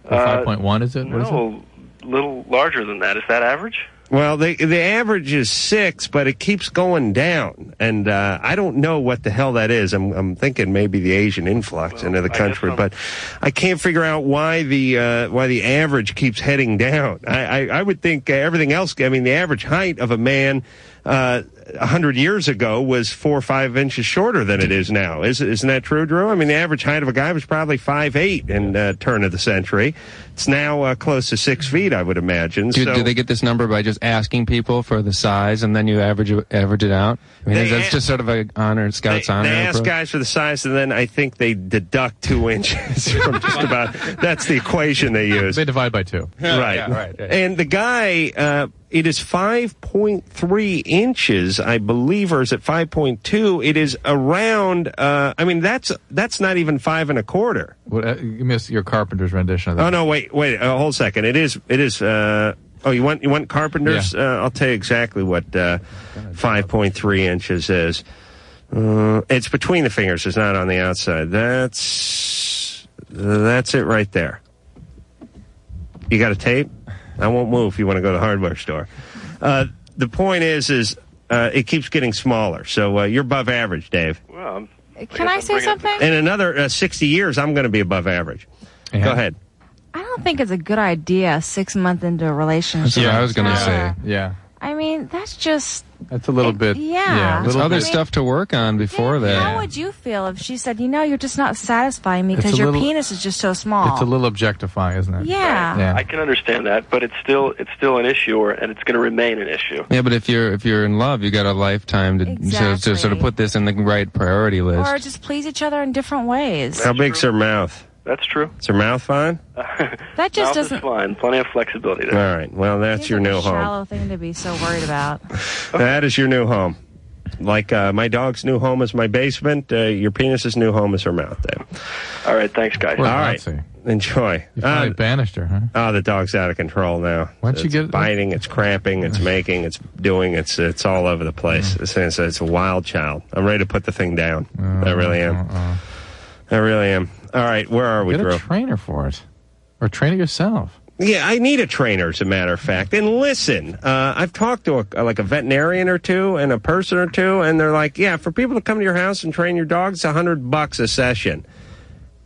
Or Uh, 5.1 is it? What is it? No, little larger than that. Is that average? Well, the the average is six, but it keeps going down, and uh, I don't know what the hell that is. I'm I'm thinking maybe the Asian influx into the country, but I can't figure out why the uh, why the average keeps heading down. I I, I would think uh, everything else. I mean, the average height of a man. Uh, a hundred years ago was four or five inches shorter than it is now. Is, isn't that true, Drew? I mean, the average height of a guy was probably five eight in uh, turn of the century. It's now uh, close to six feet, I would imagine. Do, so, do they get this number by just asking people for the size and then you average it- average it out? I mean, They is that a- just sort of a honor scouts They honor? ask approach? guys for the size, and then I think they deduct two inches from just about. That's the equation they use. They divide by two. right. Yeah, right, right. And the guy, uh, it is 5.3 inches, I believe, or is it 5.2? It is around, uh, I mean, that's that's not even five and a quarter. What, uh, you missed your carpenter's rendition of that. Oh, no, wait, wait, uh, hold a second. It is, it is, uh, oh, you want, you want carpenters? Uh, I'll tell you exactly what, uh, 5.3 inches is. Uh, it's between the fingers. It's not on the outside. That's that's it right there. You got a tape? I won't move if you want to go to the hardware store. Uh, the point is, is uh, it keeps getting smaller. So uh, you're above average, Dave. Well, I'm- Can I say something? In another uh, 60 years, I'm going to be above average. Go ahead. I don't think it's a good idea six months into a relationship. That's what I was going to Kinda- say. Yeah. I mean, that's just That's a Oh, little bit. yeah. yeah, a There's little other bit. stuff to work on before How that. would you feel if she said, "You know, you're just not satisfying me It's because a your little- penis is just so small"? It's a little objectifying, isn't it? yeah. I can understand that, but it's still it's still an issue, or, and it's going to remain an issue. Yeah, but if you're if you're in love, you got a lifetime to, to, to sort of Exactly. put this in the right priority list. Or just please each other in different ways. How big's her mouth? That's true. Is her mouth fine? That just Mouth is doesn't. fine. Plenty of flexibility All there. right. Well, that's your new home. Shallow thing to be so worried about. That is your new home. Like uh, my dog's new home is my basement. Uh, your penis's new home is her mouth. Dave. All right. Thanks, guys. All right. Enjoy. You finally banished her, huh? Oh, the dog's out of control now. Why don't you it's get- biting? It's cramping. It's making. It's doing. It's it's all over the place. It's, it's, it's a wild child. I'm ready to put the thing down. I really am. I really am. All right, where are we, Uh-huh, Get Drew? a trainer for it, or train it yourself. Yeah, I need a trainer, as a matter of fact. And listen, uh, I've talked to a, like a veterinarian or two and a person or two, and they're like, "Yeah, for people to come to your house and train your dogs, it's a hundred bucks a session."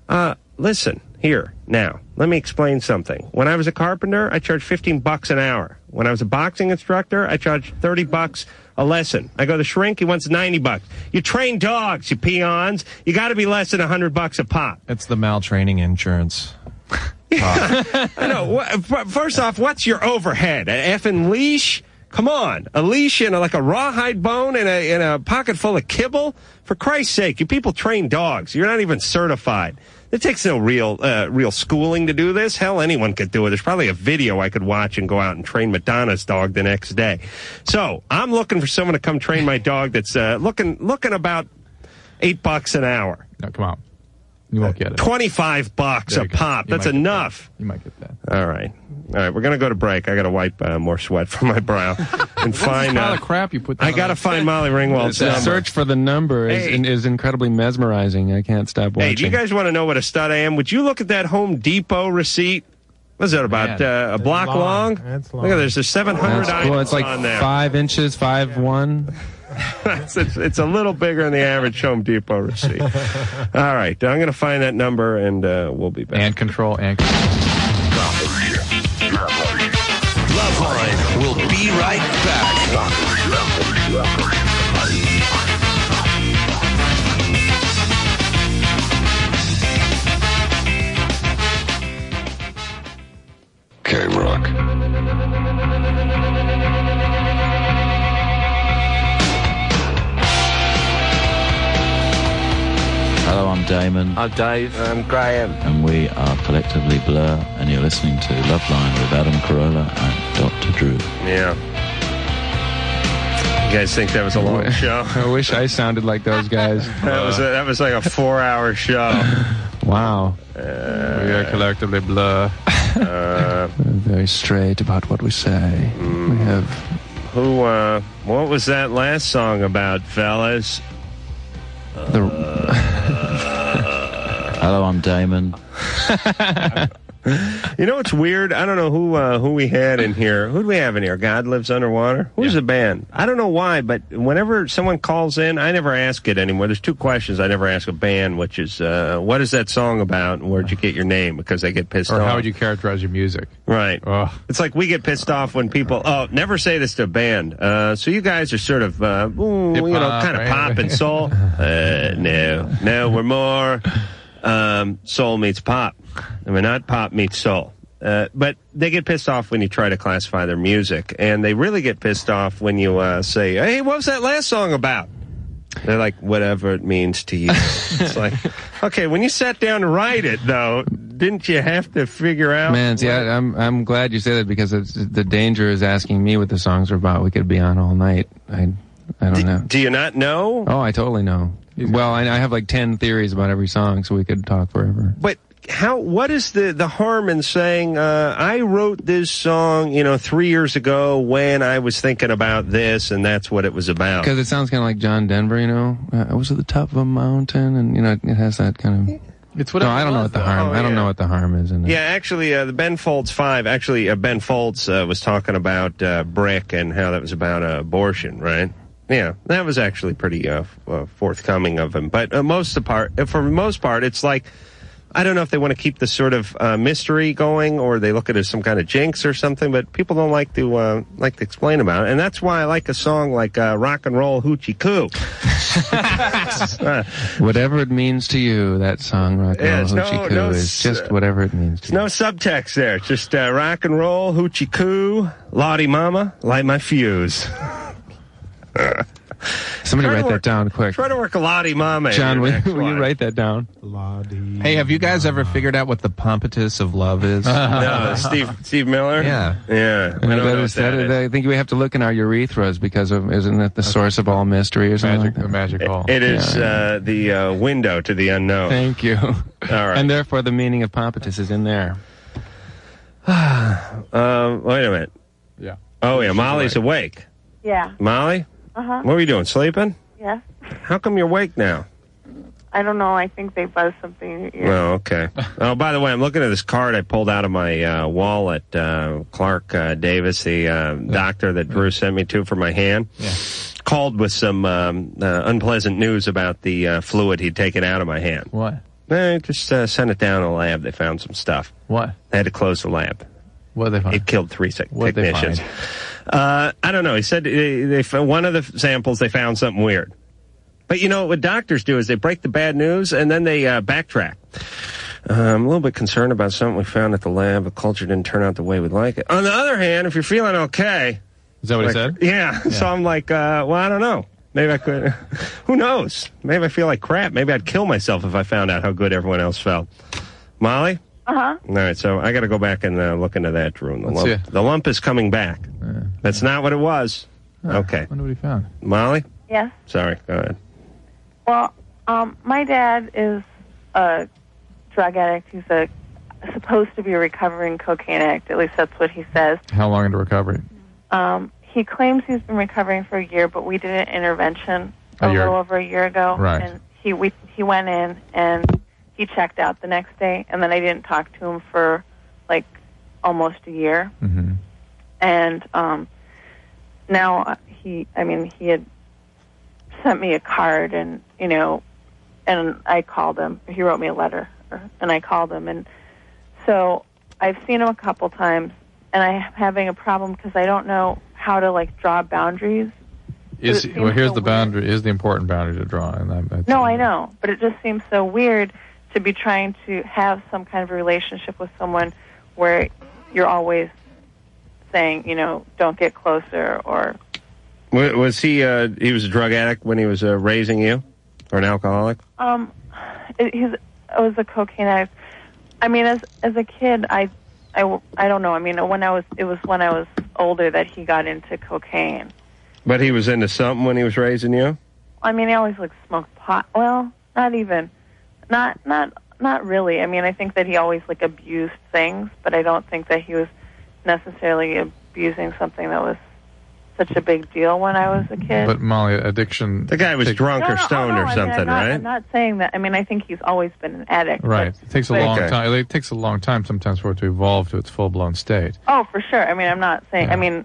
Uh, listen here now. Let me explain something. When I was a carpenter, I charged fifteen bucks an hour. When I was a boxing instructor, I charged thirty bucks a lesson. I go to shrink, he wants ninety bucks. You train dogs, you peons. You got to be less than a hundred bucks a pop. It's the maltraining insurance. I know. Wha- f- First off, what's your overhead? An effing leash? Come on, a leash and a, like a rawhide bone and a and a pocket full of kibble. For Christ's sake, you people train dogs. You're not even certified. It takes no real uh, real schooling to do this. Hell, anyone could do it. There's probably a video I could watch and go out and train Madonna's dog the next day. So I'm looking for someone to come train my dog. That's uh, looking looking about eight bucks an hour. No, come on, you won't get it. Twenty five bucks There a you go. pop. You That's might get enough. You might get that. All right. All right, we're gonna go to break. I gotta wipe uh, more sweat from my brow and find. pile Uh, of crap you put. I gotta find Molly Ringwald's The number. search for the number is, Hey. is incredibly mesmerizing. I can't stop watching. hey, do you guys want to know what a stud I am? Would you look at that Home Depot receipt? What's that about Man, uh, a block long. long? That's Look at there's there's 700 That's items cool. It's like on there. five inches, five one. it's, it's, it's a little bigger than the average Home Depot receipt. All right, I'm gonna find that number and uh, we'll be back. And control and. Control. Loveline will be right back. K Rock. Hello, I'm Damon. I'm Dave. I'm Graham. And we are collectively Blur, and you're listening to Love Line with Adam Carolla and Dr. Drew. Yeah. You guys think that was a long show? I wish I sounded like those guys. That was a, that was like a four hour show. wow. we are collectively blur. Uh, We're very straight about what we say. Mm. We have Who, uh, what was that last song about, fellas? Uh, Hello, I'm Damon. You know what's weird? I don't know who, uh, who we had in here. Who'd we have in here? God Lives Underwater? Who's the band? I don't know why, but whenever someone calls in, I never ask it anymore. There's two questions I never ask a band, which is, uh, what is that song about and where'd you get your name? Because I get pissed Or off. how would you characterize your music? Right. It's like we get pissed off when people, oh, never say this to a band. Uh, so you guys are sort of, uh, ooh, you know, Hip-hop, kind of right? pop and soul. Uh, no, no, we're more um, soul meets pop. And we're not pop meets soul. Uh, but they get pissed off when you try to classify their music. And they really get pissed off when you uh, say, hey, what was that last song about? They're like, whatever it means to you. it's like, okay, when you sat down to write it, though, didn't you have to figure out? man. See, I, I'm I'm glad you say that because it's, the danger is asking me what the songs are about. We could be on all night. I I don't know. Do you not know? Oh, I totally know. Well, I, I have like ten theories about every song, so we could talk forever. But how? What is the the harm in saying uh, I wrote this song? You know, three years ago when I was thinking about this, and that's what it was about. Because Oh. it sounds kind of like John Denver, you know. Uh, I was at the top of a mountain, and you know, it has that kind of. It's no, whatever I don't know was, what the though. harm. Oh, I don't yeah. know what the harm is in it. Yeah, actually, uh, the Ben Folds Five. Actually, uh, Ben Folds uh, was talking about uh, Brick and how that was about uh, abortion, right? Yeah, that was actually pretty uh, f- uh, forthcoming of him. But uh, most the part, uh, for most part, it's like I don't know if they want to keep this sort of uh, mystery going or they look at it as some kind of jinx or something, but people don't like to uh, like to explain about it, and that's why I like a song like uh, "Rock and Roll Hoochie Coo." whatever it means to you, that song, Rock and Yeah, Roll it's no- Hoochie Coo, no is s- just whatever it means. There's no subtext there. It's just uh, rock and roll, hoochie coo, lottie mama, light my fuse. Somebody write that down quick. Try to work a lottie mama. in John, your will, next will you line. write that down? Hey, have you guys ever figured out what the pompatus of love is? no, Steve Steve Miller. Yeah. yeah. And that is- that is- I think we have to look in our urethras because of isn't that the source of all mystery or something? Magic, like that? magic ball. It is uh, the uh, window to the unknown. Thank you. All right. uh, And therefore, the meaning of pompatus is in there. Um, Uh, wait a minute. Yeah. Oh yeah, Molly's awake. Yeah. Molly, Uh huh. what were you doing? Sleeping? Yeah. How come you're awake now? I don't know. I think they buzzed something in your ear. Oh, okay. Oh, by the way, I'm looking at this card I pulled out of my uh, wallet. Uh, Clark uh, Davis, the uh, doctor that Drew sent me to for my hand, called with some um, uh, unpleasant news about the uh, fluid he'd taken out of my hand. What? They just uh, sent it down to the lab. They found some stuff. What? They had to close the lab. What they find? It killed three sec- What'd they technicians. Uh, I don't know. He said they, they found one of the f- samples they found something weird. But you know what doctors do is they break the bad news and then they uh, backtrack. Uh, I'm a little bit concerned about something we found at the lab. The culture didn't turn out the way we'd like it. On the other hand, if you're feeling okay, is that what he said? Yeah. So I'm like, uh, well, I don't know. Maybe I could. Who knows? Maybe I feel like crap. Maybe I'd kill myself if I found out how good everyone else felt. Molly. Uh huh. All right, so I got to go back and uh, look into that, Drew. and The Let's lump, see. the lump is coming back. That's not what it was. okay. Ah, wonder what he found. Molly? Yeah. Sorry, go ahead. Well, um, my dad is a drug addict. He's a supposed to be a recovering cocaine addict. At least that's what he says. How long into recovery? Um, he claims he's been recovering for a year, but we did an intervention A a, year. little over a year ago, Right. and he we he went in and he checked out the next day, and then I didn't talk to him for like almost a year, Mhm. and um, now uh, he I mean he had sent me a card, and you know, and I called him. He wrote me a letter, and I called him, and so I've seen him a couple times, and I'm having a problem because I don't know how to like draw boundaries. Is It seems well, here's so the boundary. Is the important boundary to draw, and that, that's No, I know, but it just seems so weird to be trying to have some kind of a relationship with someone where you're always saying, you know, don't get closer or W- was he? Uh, he was a drug addict when he was uh, raising you, or an alcoholic? um it, he's I was a cocaine addict. I mean as as a kid I I, w- I don't know. I mean, when I was, it was when I was older that he got into cocaine. But he was into something when he was raising you. I mean, I always like smoked pot. Well, not even, not not not really. I mean, I think that he always like abused things, but I don't think that he was necessarily abusing something that was such a big deal when I was a kid. But Molly, addiction. The guy was drunk No, no, oh, no, I mean, I'm not, I'm not saying that. I mean, I think he's always been an addict. but- Right. It takes a but- long time. It takes a long time sometimes for it to evolve to its full blown state. Oh, for sure. I mean, I'm not saying. I mean,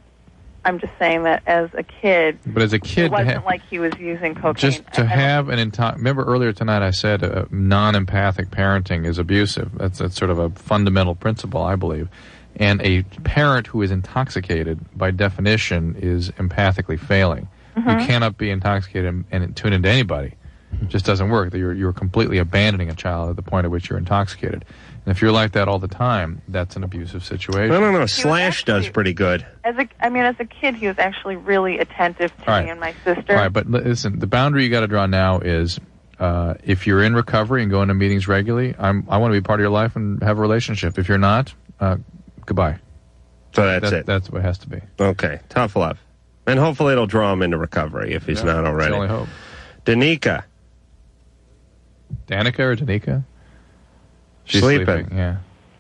I'm just saying that as a kid, But as a it kid, to wasn't have- like he was using cocaine. just to have an entire. Remember earlier tonight, I said uh, non-empathic parenting is abusive. That's that's sort of a fundamental principle, I believe. And a parent who is intoxicated, by definition, is empathically failing. Mm-hmm. You cannot be intoxicated and, and tune into anybody. It just doesn't work. You're you're completely abandoning a child at the point at which you're intoxicated. And if you're like that all the time, that's an abusive situation. I don't know. Slash does pretty good. As a, I mean, as a kid, he was actually really attentive to Right. me and my sister. All right, but li- listen, the boundary you got to draw now is uh, if you're in recovery and going to meetings regularly, I'm, I want to be part of your life and have a relationship. If you're not, uh, goodbye. So that's That- it. That's what it has to be. Okay. Tough love, and hopefully it'll draw him into recovery if he's Yeah, not that's the already. only hope. Danica, Danica or Danica? She's sleeping. Yeah.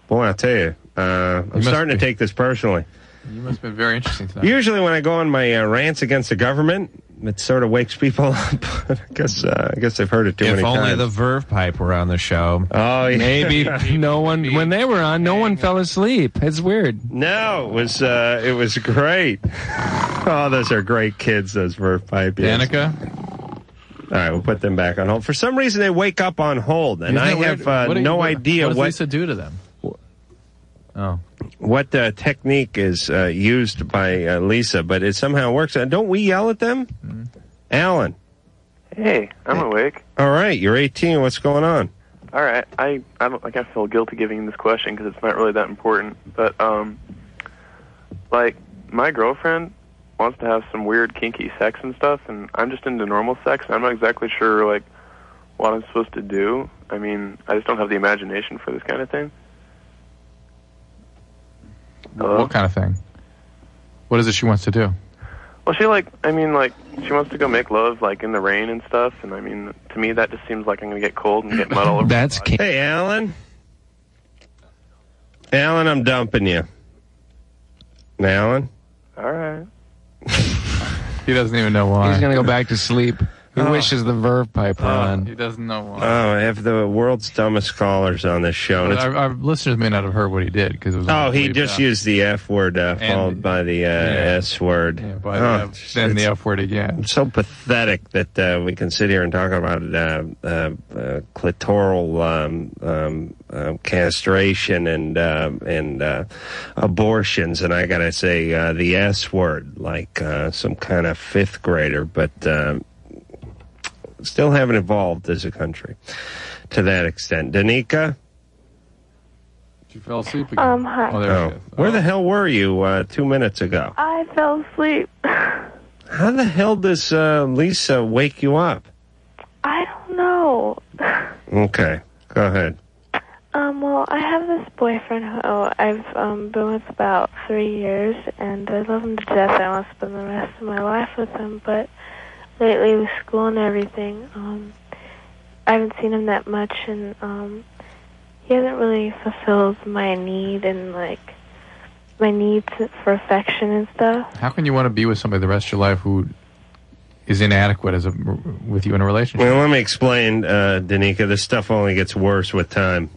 Boy, I tell you, uh, I'm must starting be- to take this personally. You must have been very interesting tonight. Usually, when I go on my uh, rants against the government, it sort of wakes people up. I guess uh, I guess they've heard it too If many only times. the Verve Pipe were on the show. oh, yeah. Maybe no one when they were on, no one fell asleep. It's weird. no, it was uh, it was great. oh, those are great kids. Those Verve Pipe. years. Danica? All right, we'll put them back on hold. For some reason, they wake up on hold, and Isn't I that weird? have uh, What do you- no what- idea what does what Lisa do to them. Oh. What uh, technique is uh, used by uh, Lisa, but it somehow works. And don't we yell at them? Mm-hmm. Alan. Hey, I'm awake. All right, you're 18. What's going on? All right, I I don't like I feel guilty giving you this question because it's not really that important, but um, like my girlfriend wants to have some weird kinky sex and stuff, and I'm just into normal sex, and I'm not exactly sure like what I'm supposed to do. I mean, I just don't have the imagination for this kind of thing. Uh, What kind of thing? What is it she wants to do? Well, she like I mean like she wants to go make love like in the rain and stuff, and I mean to me that just seems like I'm gonna get cold and get mud all over. That's hey, Alan. Alan, I'm dumping you. Alan. All right. He doesn't even know why. He's gonna go back to sleep. He Oh. wishes the Verve pipe were on. He doesn't know why. Oh, I have the world's dumbest callers on this show. And it's, Our, our listeners may not have heard what he did because it was. oh, he just used the F word uh, followed by the uh, S word. by the Oh, F- then the it's- F word again. It's so pathetic that uh, we can sit here and talk about uh, uh, uh, clitoral um, um, uh, castration and uh, and uh, abortions, and I gotta say uh, the S word like uh, some kind of fifth grader, but um still haven't evolved as a country to that extent. Danica, She fell asleep again. Um, hi. Oh, there Oh. where the hell were you uh, two minutes ago? I fell asleep. How the hell does uh, Lisa wake you up? I don't know. Okay, go ahead. Um, well, I have this boyfriend who I've um, been with about three years, and I love him to death. I want to spend the rest of my life with him, but lately with school and everything, um, I haven't seen him that much, and um, he hasn't really fulfilled my need and like my needs for affection and stuff. How can you want to be with somebody the rest of your life who is inadequate as a with you in a relationship? Well, let me explain, uh, Danica. This stuff only gets worse with time.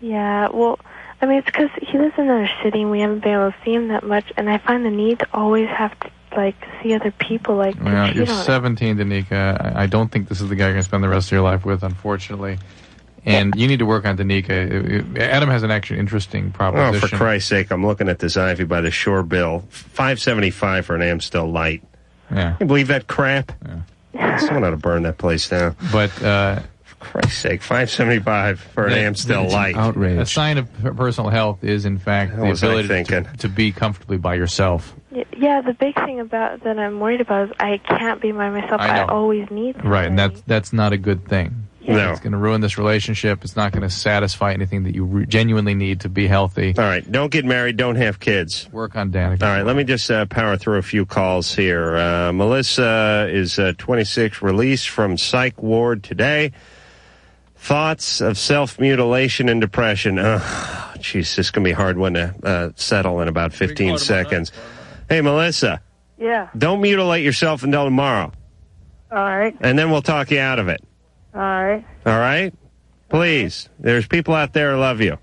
Yeah, well, I mean, it's because he lives in another city and we haven't been able to see him that much, and I find the need to always have to, like, see other people, like, to Well, you're cheat on them. 17, Danica. I I don't think this is the guy you're going to spend the rest of your life with, unfortunately. And you need to work on Danica. It- it- Adam has an actually interesting Oh, proposition. for Christ's sake! I'm looking at this Ivy by the Shore bill, five seventy five for an Amstel Light. Yeah. Can you believe that crap? Someone ought to burn that place down. But uh, for Christ's sake, five seventy five for an Amstel Light. A sign of per- personal health is, in fact, What the was I ability to, to be comfortably by yourself. Y- Yeah, the big thing about that I'm worried about is I can't be by myself. I I, know. always need. Right, and that's that's not a good thing. No. It's going to ruin this relationship. It's not going to satisfy anything that you re- genuinely need to be healthy. All right, don't get married, don't have kids. Work on Danica. All right, let me just uh, power through a few calls here. Uh, Melissa is uh, 26, released from psych ward today. Thoughts of self mutilation and depression. Oh, jeez, this can be a hard one to uh, settle in about 15 seconds. Hey, Melissa, Yeah. don't mutilate yourself until tomorrow, All right. and then we'll talk you out of it. All right. All right? Please, there's people out there who love you.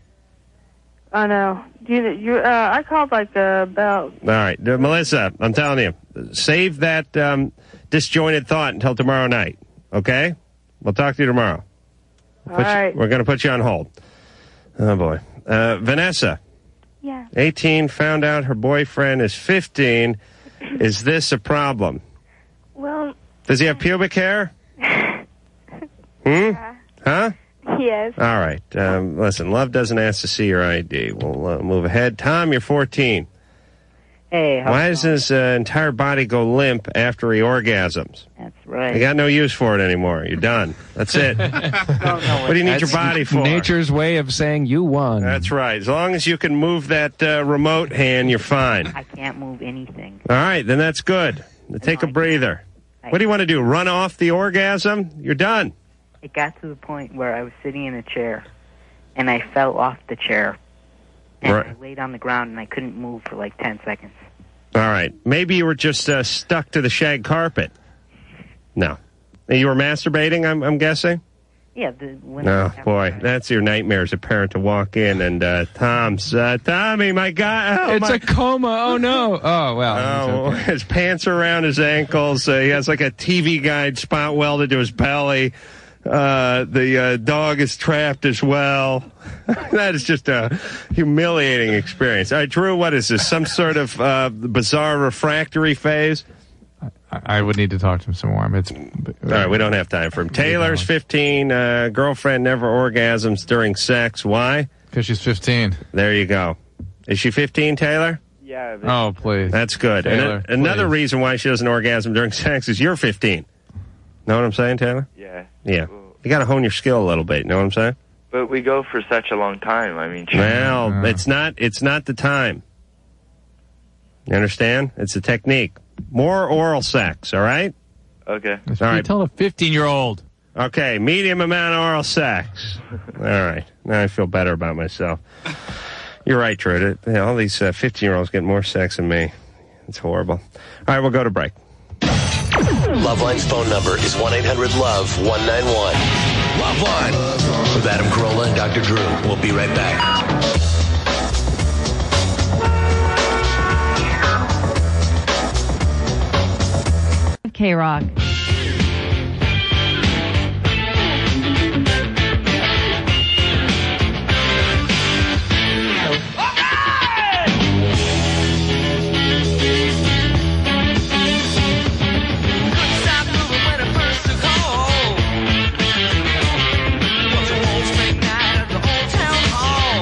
I know. You, you, uh, I called like uh, about. All right, Uh, Melissa, I'm telling you, save that um, disjointed thought until tomorrow night. Okay, we'll talk to you tomorrow. All Put you- right. we're going to put you on hold. Oh boy, uh, Vanessa, Yeah. 18, found out her boyfriend is 15. Is this a problem? Well, Does he have pubic hair? Hmm. Huh? yes. All right. Um, listen, love doesn't ask to see your ID. We'll uh, move ahead. Tom, you're 14. Hey, how- Why does his uh, entire body go limp after he orgasms? that's right. I got no use for it anymore. You're done. That's it. what do you need That's your body for? Nature's way of saying you won. That's right. As long as you can move that uh, remote hand, you're fine. I can't move anything. All right, then that's good. Now Take a breather. What do you want to do? Run off the orgasm? You're done. It got to the point where I was sitting in a chair, and I fell off the chair. And Right. I laid on the ground and I couldn't move for like ten seconds. All right. Maybe you were just uh, stuck to the shag carpet. No. You were masturbating, I'm, I'm guessing? Yeah, the when Oh boy, that's your nightmare as a parent to walk in and uh, Tom's uh, Tommy, my God, oh, It's my- a coma. Oh no. Oh well. his pants are around his ankles. Uh, he has like a TV guide spot welded to his belly. Uh, the uh, dog is trapped as well. that is just a humiliating experience. All right, Drew, what is this? Some sort of uh, bizarre refractory phase? I would need to talk to him some more. It's All right, we don't have time for him. Taylor's 15. Uh, girlfriend never orgasms during sex. Why? Because she's 15. There you go. Is she 15, Taylor? Yeah. Oh, please. That's good. And Taylor, a- another please. reason why she doesn't orgasm during sex is you're 15. Know what I'm saying, Taylor? Yeah. Yeah. You got to hone your skill a little bit. Know what I'm saying? But we go for such a long time. I mean, Well, it's not. It's not the time. You understand? It's a technique. More oral sex. All right. okay. All right. Tell a 15 year old. Okay, medium amount of oral sex. All right. Now I feel better about myself. You're right, Drew. That- All these 15 year olds get more sex than me. It's horrible. All right, we'll go to break. Loveline's phone number is 1 800 Love 191. Loveline with Adam Carolla and Dr. Drew. We'll be right back. K Rock.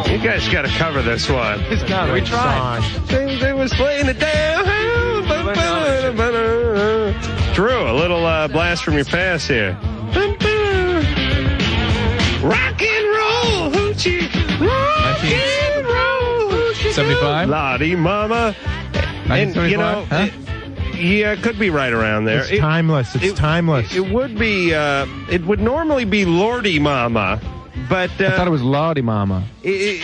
You guys got to cover this one. It's not a We tried. It was playing it down. Drew, a little uh, blast from your past here. Rock and roll, hoochie. Rock and roll, hoochie. 75? Lottie mama. And, you know, 1975, huh? it- yeah, it could be right around there. It's timeless. It's timeless. It would be, uh, it would normally be Lordy mama, but. Uh, I thought it was Lottie Mama.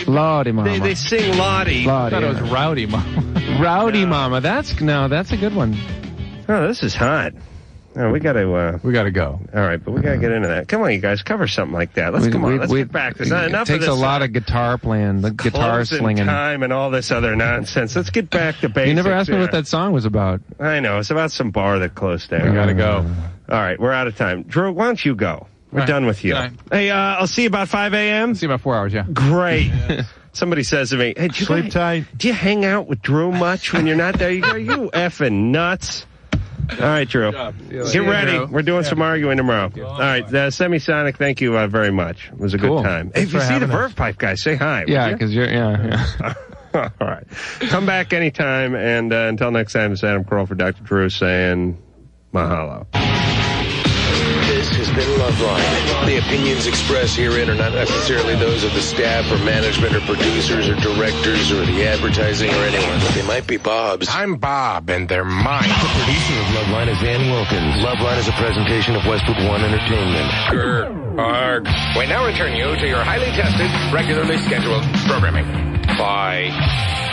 Lottie Mama. they, they sing Lottie. Lottie, yeah. Rowdy Mama. Rowdy Mama. That's no, that's a good one. Oh, this is hot. Oh, we gotta uh, we gotta go. All right, but we gotta get into that. Come on, you guys, cover something like that. Let's We- come on. we- let's we- get back. There's not it enough takes of this a lot of guitar playing, the guitar closing slinging. time and all this other nonsense. Let's get back to basics. You never asked me here. what that song was about. I know it's about some bar that closed down. We gotta go. All right, we're out of time. Drew, why don't you go? We're All right. done with you. Good night. Hey, uh, I'll see you about 5 a.m. See you about four hours, yeah. Great. Somebody says to me, "Hey, do you Sleep guys- Do you hang out with Drew much when you're not there? You go, you effing nuts." All right, you Drew. later. Get ready. See you, Drew. We're doing some arguing tomorrow. All right, uh, Semisonic, thank you uh, very much. It was a Cool. good time. Hey, Thanks if you for see the having us. Verve Pipe guy, say hi. would Yeah, you? because you're yeah. All right. Come back anytime. And uh, until next time, it's Adam Kroll for Dr. Drew saying mahalo. This has been Loveline. The opinions expressed herein are not necessarily those of the staff or management or producers or directors or the advertising or anyone. They might be Bob's. I'm Bob, and they're mine. The producer of Loveline is Ann Wilkins. Loveline is a presentation of Westwood One Entertainment. Grr, arg. We now return you to your highly tested, regularly scheduled programming. Bye.